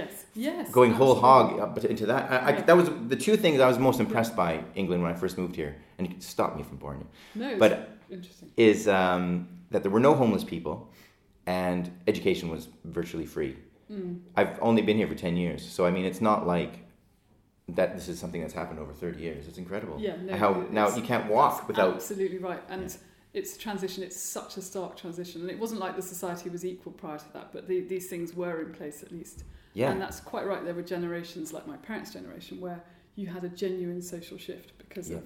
Yes. Yes.
going whole
absolutely.
hog up to- into that. I, I,
Yeah.
That was the two things I was most impressed by England when I first moved here, and it stopped me from boring you.
No, it's
But
interesting.
is um, that there were no homeless people, and education was virtually free.
Mm,
I've only been here for 10 years. So, I mean, it's not like that this is something that's happened over 30 years. It's incredible.
Yeah, no,
How, now
it's-
you can't walk
That's
without.
absolutely right and it's transition it's such a stark transition and it wasn't like the society was equal prior to that but the, these things were in place at least
Yeah.
and that's quite right there were generations like my parents generation where you had a genuine social shift because
Yeah.
of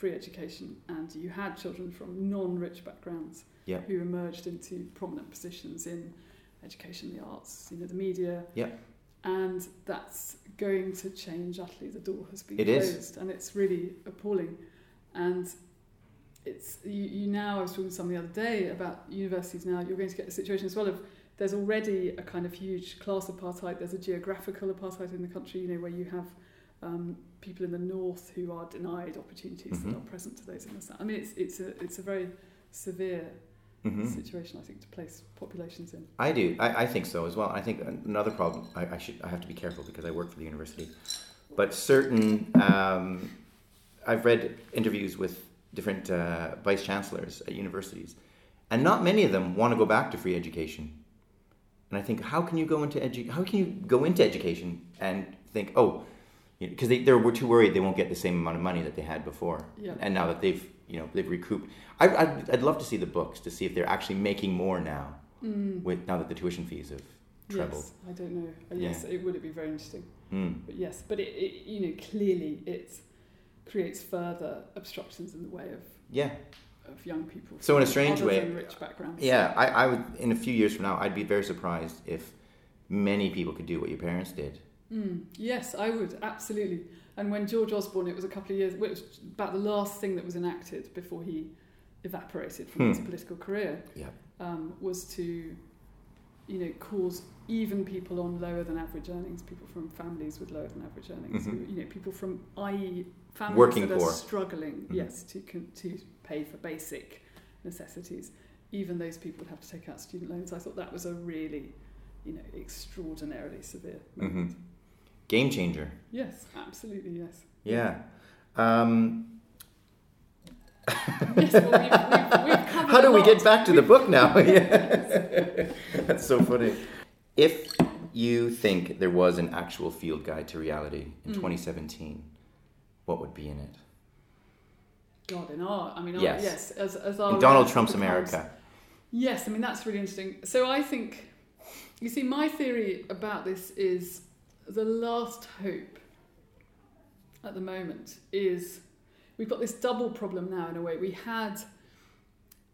free education and you had children from non-rich backgrounds
Yeah.
who emerged into prominent positions in education the arts you know the media
Yeah.
and that's going to change utterly the door has been
It is.
closed and it's really appalling and it's you, you now I was talking to someone the other day about universities now you're going to get a situation as well of there's already a kind of huge class apartheid there's a geographical apartheid in the country you know where you have um, people in the north who are denied opportunities
Mhm.
that are present to those in the south I mean it's it's a it's a very severe Mm-hmm.
Mhm.
situation I think to place populations in
I do. I, I think so as well. I think another problem. I, I should. I have to be careful because I work for the university. But certain, um, I've read interviews with different uh, vice chancellors at universities, and not many of them want to go back to free education. And I think, how can you go into edu- How can you go into education and think, oh, because they they were too worried they won't get the same amount of money that they had before.
Yeah.
And now that they've you know they've recouped, I, I'd, I'd love to see the books to see if they're actually making more now with now that the tuition fees have trebled.
Mm. yes I don't know Uh,
Yeah.
yes it would it be very interesting
Mm.
But yes, but it, it you know clearly it creates further obstructions in the way of,
Yeah,
of young people.
So in a
from
strange
other
way-
than rich backgrounds.
yeah. I, I would in a few years from now, I'd be very surprised if many people could do what your parents did.
Mm, yes, I would absolutely. And when George Osborne, it was a couple of years. Well, it was about the last thing that was enacted before he evaporated from
Hmm.
his political career.
Yeah.
um, was to, you know, cause even people on lower than average earnings, people from families with lower than average earnings,
Mhm.
who, you know, people from i.e. families
Working
that
poor.
are struggling,
Mhm.
yes, to con- to pay for basic necessities. Even those people would have to take out student loans. I thought that was a really, you know, extraordinarily severe.
hmm Game changer.
Yes, absolutely, yes.
Yeah. Um,
yes well, we've, we've, we've covered
how do
a
we
lot.
get back to the book now? Yeah. That's so funny. If you think there was an actual field guide to reality in
Mm.
2017, what would be in it?
God, in our, I mean, our,
Yes.
yes. as, as our
in Donald
world
Trump's
becomes-
America.
Yes, I mean that's really interesting. So I think you see my theory about this is the last hope at the moment is we've got this double problem now in a way. We had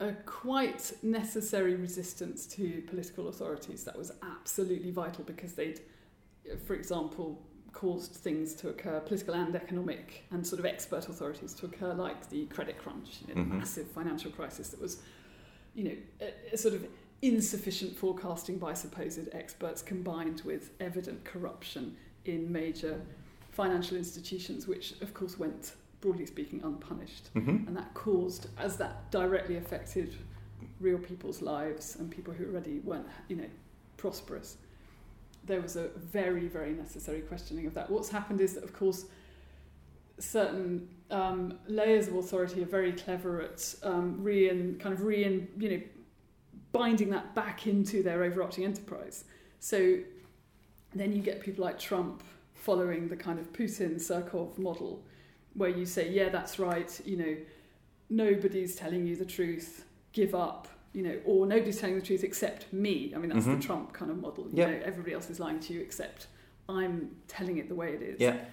a quite necessary resistance to political authorities that was absolutely vital because they'd for example caused things to occur political and economic and sort of expert authorities to occur like the credit crunch you know, the
Mhm.
massive financial crisis that was you know, a, a sort of insufficient forecasting by supposed experts combined with evident corruption in major financial institutions, which of course went, broadly speaking, unpunished.
Mhm.
And that caused, as that directly affected real people's lives and people who already weren't, you know, prosperous, there was a very, very necessary questioning of that. What's happened is that, of course, certain um, layers of authority are very clever at um, re and kind of re and you know binding that back into their overarching enterprise. So then you get people like Trump following the kind of Putin Surkov model, where you say, yeah, that's right, you know, nobody's telling you the truth, give up, you know, or nobody's telling the truth except me. I mean, that's
Mhm.
the Trump kind of model. You
Yeah.
know, everybody else is lying to you except I'm telling it the way it is.
Yeah.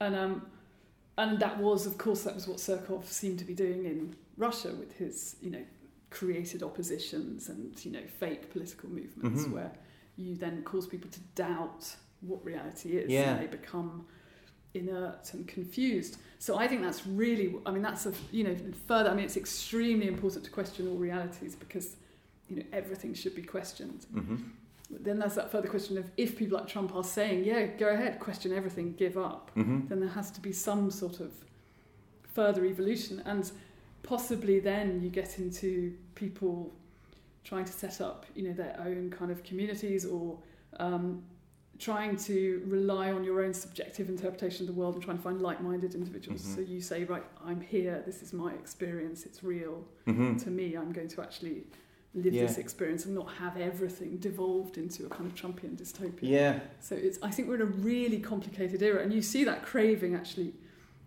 And um, and that was, of course, that was what Surkov seemed to be doing in Russia with his, you know, created oppositions and you know fake political movements
Mhm.
where you then cause people to doubt what reality is
Yeah.
and they become inert and confused. So I think that's really, I mean, that's a you know further. I mean, it's extremely important to question all realities because you know everything should be questioned.
Mhm.
But then there's that further question of if people like Trump are saying, yeah, go ahead, question everything, give up
Mhm.
then there has to be some sort of further evolution and possibly then you get into people trying to set up you know their own kind of communities or um, trying to rely on your own subjective interpretation of the world and trying to find like-minded individuals
Mhm.
so you say right i'm here this is my experience it's real
Mhm.
to me i'm going to actually live
Yeah.
this experience and not have everything devolved into a kind of Trumpian dystopia.
Yeah.
So it's I think we're in a really complicated era, and you see that craving actually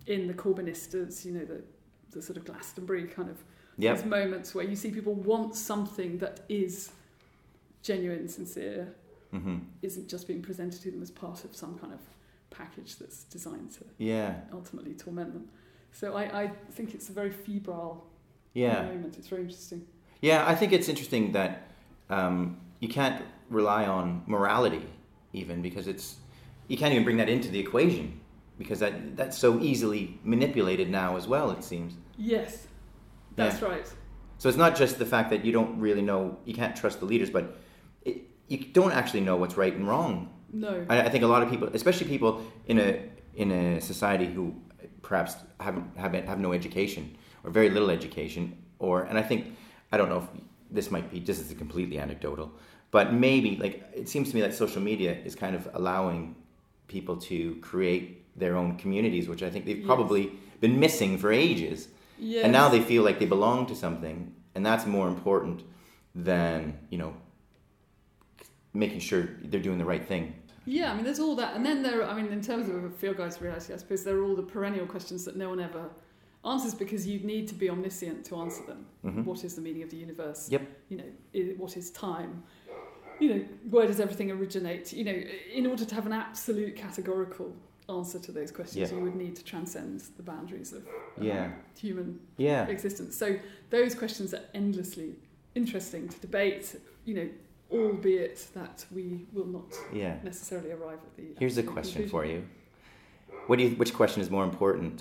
in the Corbynistas, you know, the the sort of Glastonbury kind of
Yep.
those moments where you see people want something that is genuine, sincere,
Mm-hmm.
isn't just being presented to them as part of some kind of package that's designed to
Yeah.
ultimately torment them. So I, I think it's a very febrile
Yeah.
moment. It's very interesting.
Yeah, I think it's interesting that um, you can't rely on morality even because it's you can't even bring that into the equation because that that's so easily manipulated now as well. It seems
Yes, that's right.
so. It's not just the fact that you don't really know you can't trust the leaders, but it, you don't actually know what's right and wrong
No.
I, I think a lot of people, especially people in a in a society who perhaps haven't have have no education or very little education, or and I think I don't know if this might be this is completely anecdotal, but maybe like it seems to me that social media is kind of allowing people to create their own communities, which I think they've
Yes.
probably been missing for ages,
yes.
and now they feel like they belong to something, and that's more important than you know making sure they're doing the right thing
Yeah, I mean, there's all that, and then there. I mean, in terms of a field guides to reality, I suppose there are all the perennial questions that no one ever answers because you need to be omniscient to answer them.
Mhm.
What is the meaning of the universe?
Yep.
You know, i what is time? You know, where does everything originate? You know, in order to have an absolute categorical answer to those questions,
Yeah.
you would need to transcend the boundaries of um,
Yeah.
human
Yeah.
existence. So those questions are endlessly interesting to debate. You know, albeit that we will not
Yeah.
necessarily arrive at the.
Here's a
absolute
question for
conclusion.
you. What do you which question is more important?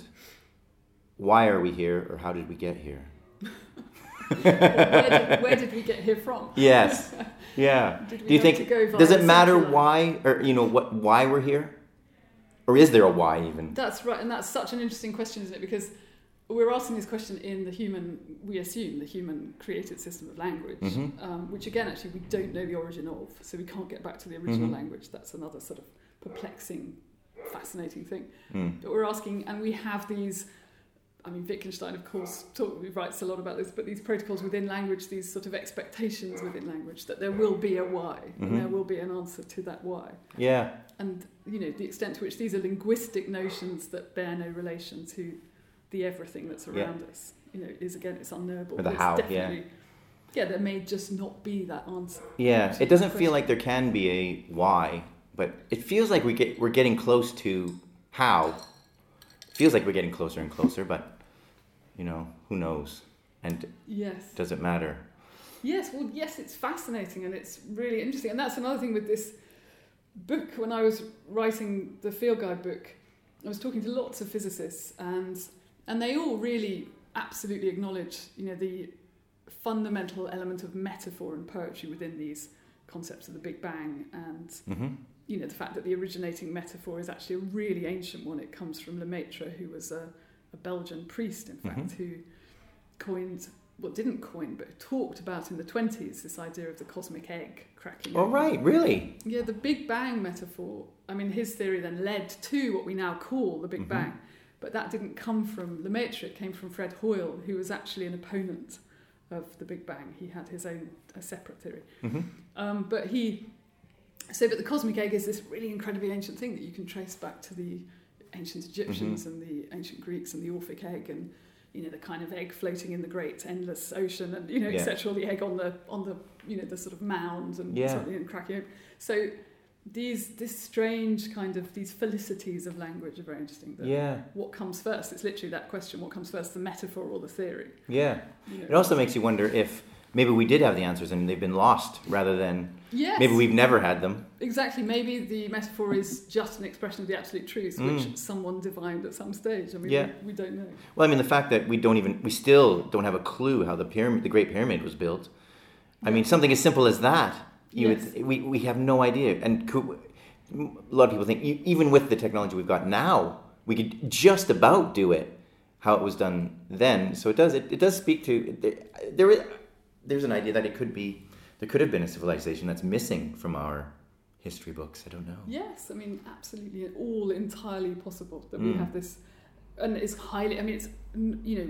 Why are we here or how did we get here?
where, did, where did we get here from?
Yes. Yeah.
Did we
Do you
have to
think
go via
does it matter
Central Line?
why or you know what why we're here? Or is there a why even?
That's right, and that's such an interesting question, isn't it? Because we're asking this question in the human, we assume the human created system of language,
Mhm.
um, which again, actually, we don't know the origin of, so we can't get back to the original
Mhm.
language. That's another sort of perplexing, fascinating thing.
Mm.
But we're asking, and we have these. I mean, Wittgenstein, of course, talk, writes a lot about this, but these protocols within language, these sort of expectations within language, that there will be a why,
Mhm.
and there will be an answer to that why
Yeah.
and you know the extent to which these are linguistic notions that bear no relation to the everything that's
Yeah.
around us you know is again it's unknowable
Or the
It's
how, yeah.
definitely- yeah there may just not be that answer
Yeah. It doesn't feel like there can be a why, but it feels like we get we're getting close to how. feels like we're getting closer and closer, but you know, who knows? And
yes
does it matter?
yes well yes it's fascinating and it's really interesting and that's another thing with this book when i was writing the field guide book i was talking to lots of physicists and and they all really absolutely acknowledge you know the fundamental element of metaphor and poetry within these concepts of the big bang and
Mhm.
you know, the fact that the originating metaphor is actually a really ancient one. It comes from Lemaitre, who was a, a Belgian priest, in fact,
Mhm.
who coined, well, didn't coin, but talked about in the 20s this idea of the cosmic egg cracking.
All
open.
Oh, right, really?
Yeah, the Big Bang metaphor, I mean, his theory then led to what we now call the Big
Mhm.
Bang, but that didn't come from Lemaitre, it came from Fred Hoyle, who was actually an opponent of the Big Bang. He had his own, a separate theory.
Mhm.
Um, but he, so but the cosmic egg is this really incredibly ancient thing that you can trace back to the ancient Egyptians
Mm-hmm.
and the ancient Greeks and the Orphic egg and you know the kind of egg floating in the great endless ocean and you know
Yeah.
etc. The egg on the on the you know the sort of mound and
Yeah.
something and cracking open. So these this strange kind of these felicities of language are very interesting. That
Yeah,
What comes first? It's literally that question: what comes first, the metaphor or the theory?
yeah.
You know.
It also makes you wonder if maybe we did have the answers and they've been lost rather than
yes.
maybe we've never had them.
Exactly. Maybe the metaphor is just an expression of the absolute truth,
Mm.
which someone divined at some stage. I mean,
Yeah.
we, we don't know.
Well, I mean, the fact that we don't even, we still don't have a clue how the pyramid, the Great Pyramid was built. I mean, something as simple as that, you would, we, we have no idea. And could, a lot of people think, e- even with the technology we've got now, we could just about do it how it was done then. So it does, it, it does speak to, there- there is, there's an idea that it could be, there could have been a civilization that's missing from our history books. I don't know.
Yes, I mean, absolutely, all entirely possible that we
Mm.
have this, and it's highly. I mean, it's n- you know,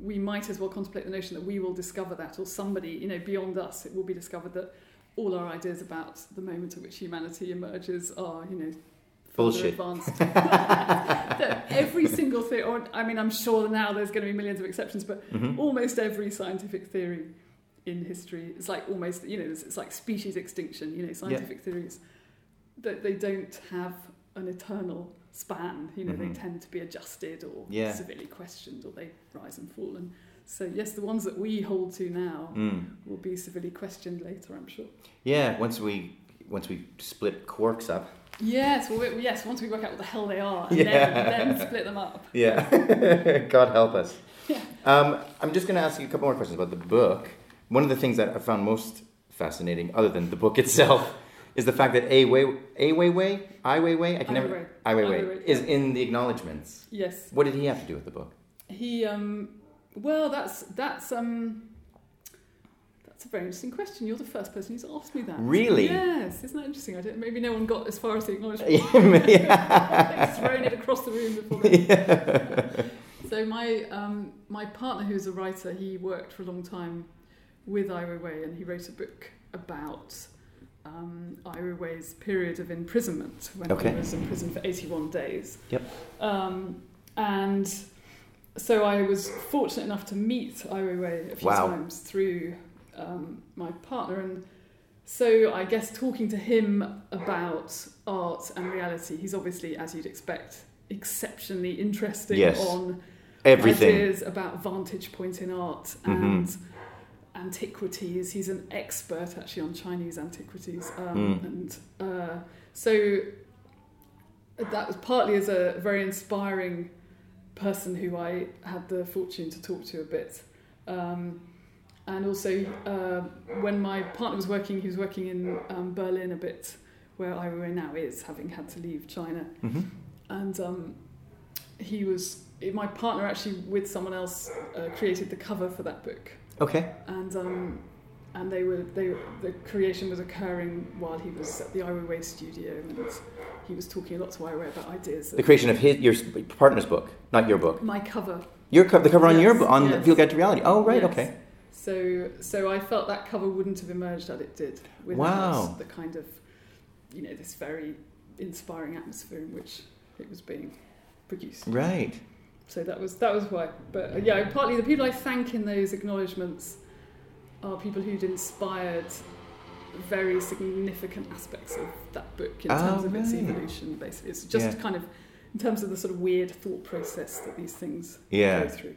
we might as well contemplate the notion that we will discover that, or somebody, you know, beyond us, it will be discovered that all our ideas about the moment at which humanity emerges are, you know, further
Bullshit.
advanced. that every single theory, or I mean, I'm sure now there's going to be millions of exceptions, but
Mhm.
almost every scientific theory in history it's like almost you know it's, it's like species extinction you know scientific theories that they don't have an eternal span you know
Mhm.
they tend to be adjusted or
Yeah.
severely questioned or they rise and fall and so yes the ones that we hold to now
Mm.
will be severely questioned later i'm sure
Yeah, once we once we split quarks up.
yes well we, yes once we work out what the hell they are and
Yeah.
then, then split them up
Yeah. God help us.
Yeah.
Um, I'm just going to ask you a couple more questions about the book. One of the things that I found most fascinating, other than the book itself, is the fact that A Wei A Wei Wei I Wei Wei I can
Ai
never
Weiwei.
I Wei
Ai
Wei
Weiwei,
is
yeah.
in the acknowledgments.
yes
What did he have to do with the book?
He um well that's that's um that's a very interesting question. You're the first person who's asked me that.
Really?
Yes, isn't that interesting? I didn't, maybe no one got as far as the acknowledgement. I've thrown it
yeah.
across the room before. then. so my um, my partner, who's a writer, he worked for a long time with Ai Weiwei, and he wrote a book about um, Ai Weiwei's period of imprisonment when
Okay.
he was in prison for eighty-one days.
Yep.
Um, and so I was fortunate enough to meet Ai Weiwei a few
Wow.
times through um, my partner and. So I guess talking to him about art and reality, he's obviously, as you'd expect, exceptionally interesting
Yes.
on
Everything.
ideas about vantage point in art
Mhm.
and antiquities. He's an expert actually on Chinese antiquities, um, and uh, so that was partly as a very inspiring person who I had the fortune to talk to a bit. Um, and also, uh, when my partner was working, he was working in um, Berlin a bit, where I now is, having had to leave China
Mm-hmm.
and um, he was eh, my partner actually with someone else uh, created the cover for that book
Okay.
and um, and they were they the creation was occurring while he was at the Iowa Way studio and he was talking a lot to Iowa about ideas
The creation of his your partner's book, not your book.
my cover
Your co- the cover on your
Yes,
bo- on the
yes.
Field Guide to Reality. Oh right,
Yes.
okay.
so so I felt that cover wouldn't have emerged as it did without
Wow.
the kind of you know this very inspiring atmosphere in which it was being produced
Right.
So that was that was why. But uh, yeah, partly the people I thank in those acknowledgements are people who'd inspired very significant aspects of that book in
Oh,
terms of its
right.
evolution. Basically, it's just
Yeah.
kind of in terms of the sort of weird thought process that these things
Yeah.
go through.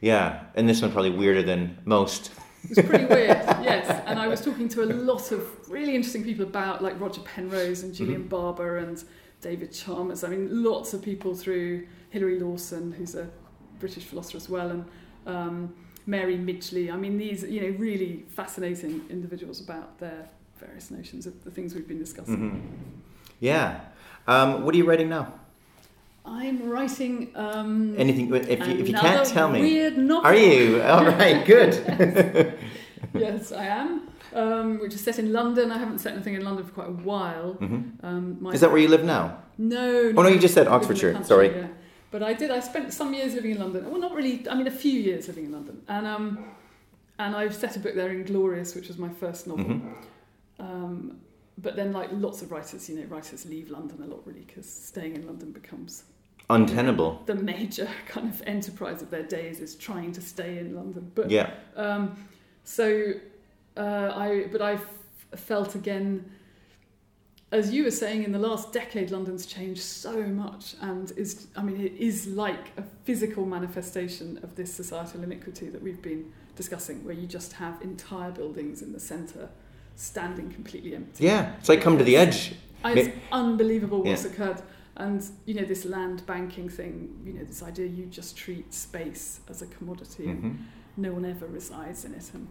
Yeah, and this one probably weirder than most.
It was pretty weird, yes. And I was talking to a lot of really interesting people about like Roger Penrose and
Mm-hmm.
Julian Barber and David Chalmers. I mean, lots of people through Hilary Lawson, who's a British philosopher as well, and um, Mary Midgley. I mean, these you know really fascinating individuals about their various notions of the things we've been discussing.
Mhm. Yeah. Um, what are you writing now?
I'm writing um,
Anything? If you, if you can't
another
tell me,
weird novel.
are you all right? Good.
Yes, I am. Um, which is set in London. I haven't set anything in London for quite a while.
Mhm.
Um, my
Is that where you live now?
No.
Oh no, you just said
I live in the
Oxfordshire.
country,
Sorry.
yeah. But I did. I spent some years living in London. Well, not really. I mean, a few years living in London, and um, and I've set a book there, Inglorious, which was my first novel.
Mhm.
Um, but then, like lots of writers, you know, writers leave London a lot really because staying in London becomes
Untenable.
the major kind of enterprise of their days is trying to stay in London. But
Yeah.
um, so uh, I, but I f- felt again, as you were saying, in the last decade, London's changed so much, and is, I mean, it is like a physical manifestation of this societal iniquity that we've been discussing, where you just have entire buildings in the centre standing completely empty.
Yeah. It's like come to the edge.
And It's unbelievable what's
Yeah.
occurred. And you know this land banking thing. You know this idea you just treat space as a commodity and
Mhm.
no one ever resides in it and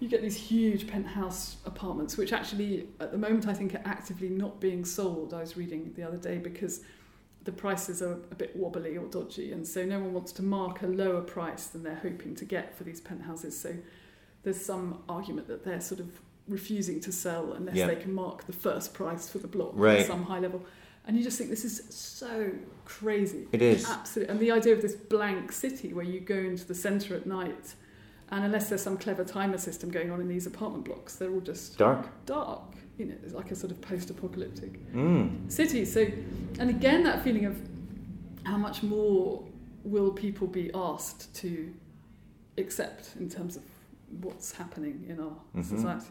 you get these huge penthouse apartments which actually at the moment i think are actively not being sold i was reading the other day because the prices are a bit wobbly or dodgy and so no one wants to mark a lower price than they're hoping to get for these penthouses so there's some argument that they're sort of refusing to sell unless
Yeah.
they can mark the first price for the block
Right.
at some high level and you just think this is so crazy.
It is.
Absolutely. And the idea of this blank city where you go into the centre at night, and unless there's some clever timer system going on in these apartment blocks, they're all just
Dark.
dark. You know, it's like a sort of post apocalyptic
Mm.
city. So, and again, that feeling of how much more will people be asked to accept in terms of what's happening in our society?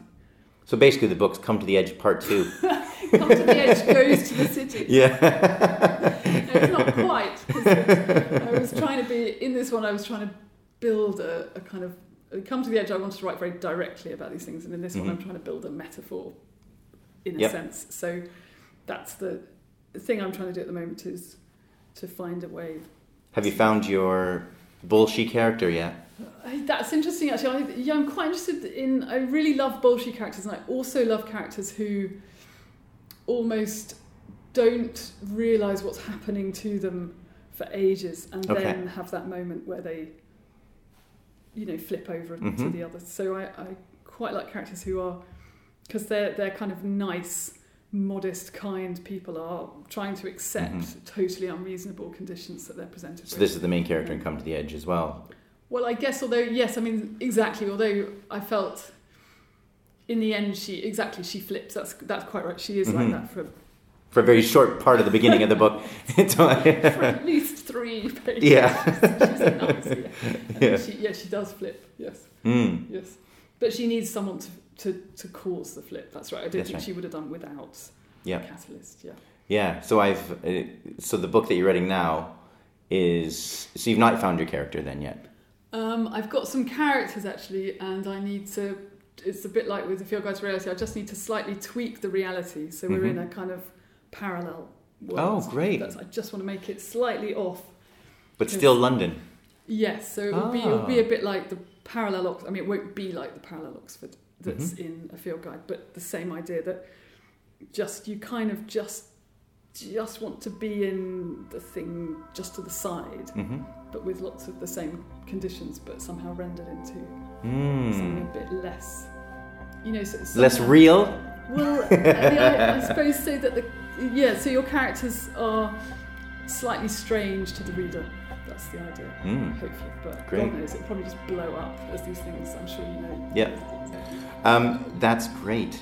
So basically, the book's Come to the Edge Part 2.
Come to the edge goes to the city.
yeah.
No, it's not quite. 'cause it's- I was trying to be in this one. I was trying to build a, a kind of come to the edge. I wanted to write very directly about these things, and in this one, I'm trying to build a metaphor, in a
Yep.
sense. So that's the the thing I'm trying to do at the moment is to find a way.
Have you found your bullshit character yet?
I, that's interesting, actually. I, yeah, I'm quite interested in. I really love bolshy characters, and I also love characters who almost don't realize what's happening to them for ages and
Okay.
then have that moment where they you know flip over to
Mhm.
the other so I, I quite like characters who are because they're they're kind of nice modest kind people are trying to accept totally unreasonable conditions that they're presented
Mm-hmm. So
with
this is the main character in Come to the Edge as well.
well, I guess although yes, I mean exactly. Although I felt in the end she exactly she flips. That's that's quite right. She is like
Mhm.
that for,
For a very short part of the beginning of the book. Until-
for at least three pages.
Yeah.
She's a nice, yeah. And then
Yeah.
She, yeah, she does flip. Yes,
mm.
yes. But she needs someone to to, to cause the flip. That's right. I don't
That's
think
right.
she would have done without
Yeah.
a catalyst. Yeah.
Yeah. So I've uh, so the book that you're reading now is so you've not found your character then yet.
Um, I've got some characters actually, and I need to. It's a bit like with the Field Guide to Reality. I just need to slightly tweak the reality, so we're in a kind of parallel world.
Mm-hmm. Oh, great.
That's, I just want to make it slightly off.
But
Yes.
still London.
Yes, so it'll be it'll be
Ah.
a bit like the parallel. Ox- I mean, it won't be like the parallel Oxford that's
Mm-hmm.
in a Field Guide, but the same idea that just you kind of just just want to be in the thing just to the side,
Mm-hmm.
but with lots of the same conditions, but somehow rendered into something
Mm.
a bit less, you know, so it's
Less
somehow-
real.
Well, I, mean, I, I suppose so that the yeah, so your characters are slightly strange to the reader. That's the idea,
Mm.
hopefully. But
Great.
God knows it'll probably just blow up as these things. I'm sure you know.
Yeah. Um, that's great.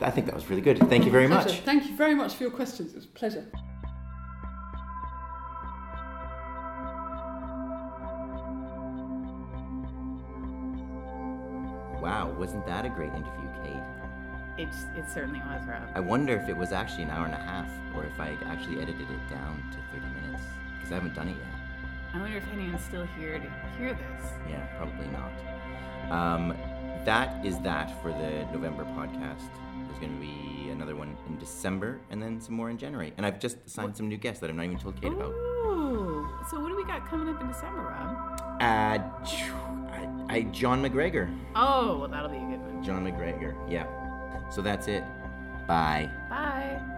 I think that was really good. Thank you very
Pleasure.
much.
Thank you very much for your questions. It was a pleasure.
Wow, wasn't that a great interview, Kate?
It, it certainly was, Rob.
I wonder if it was actually an hour and a half, or if I had actually edited it down to 30 minutes, because I haven't done it yet.
I wonder if anyone's still here to hear this.
Yeah, probably not. Um, that is that for the November podcast. There's going to be another one in December, and then some more in January. And I've just signed some new guests that I've not even told Kate about.
Ooh. So what do we got coming up in December, Rob?
Uh, phew, I, I, John McGregor.
Oh, well, that'll be a good one.
John McGregor. Yeah. So that's it. Bye.
Bye.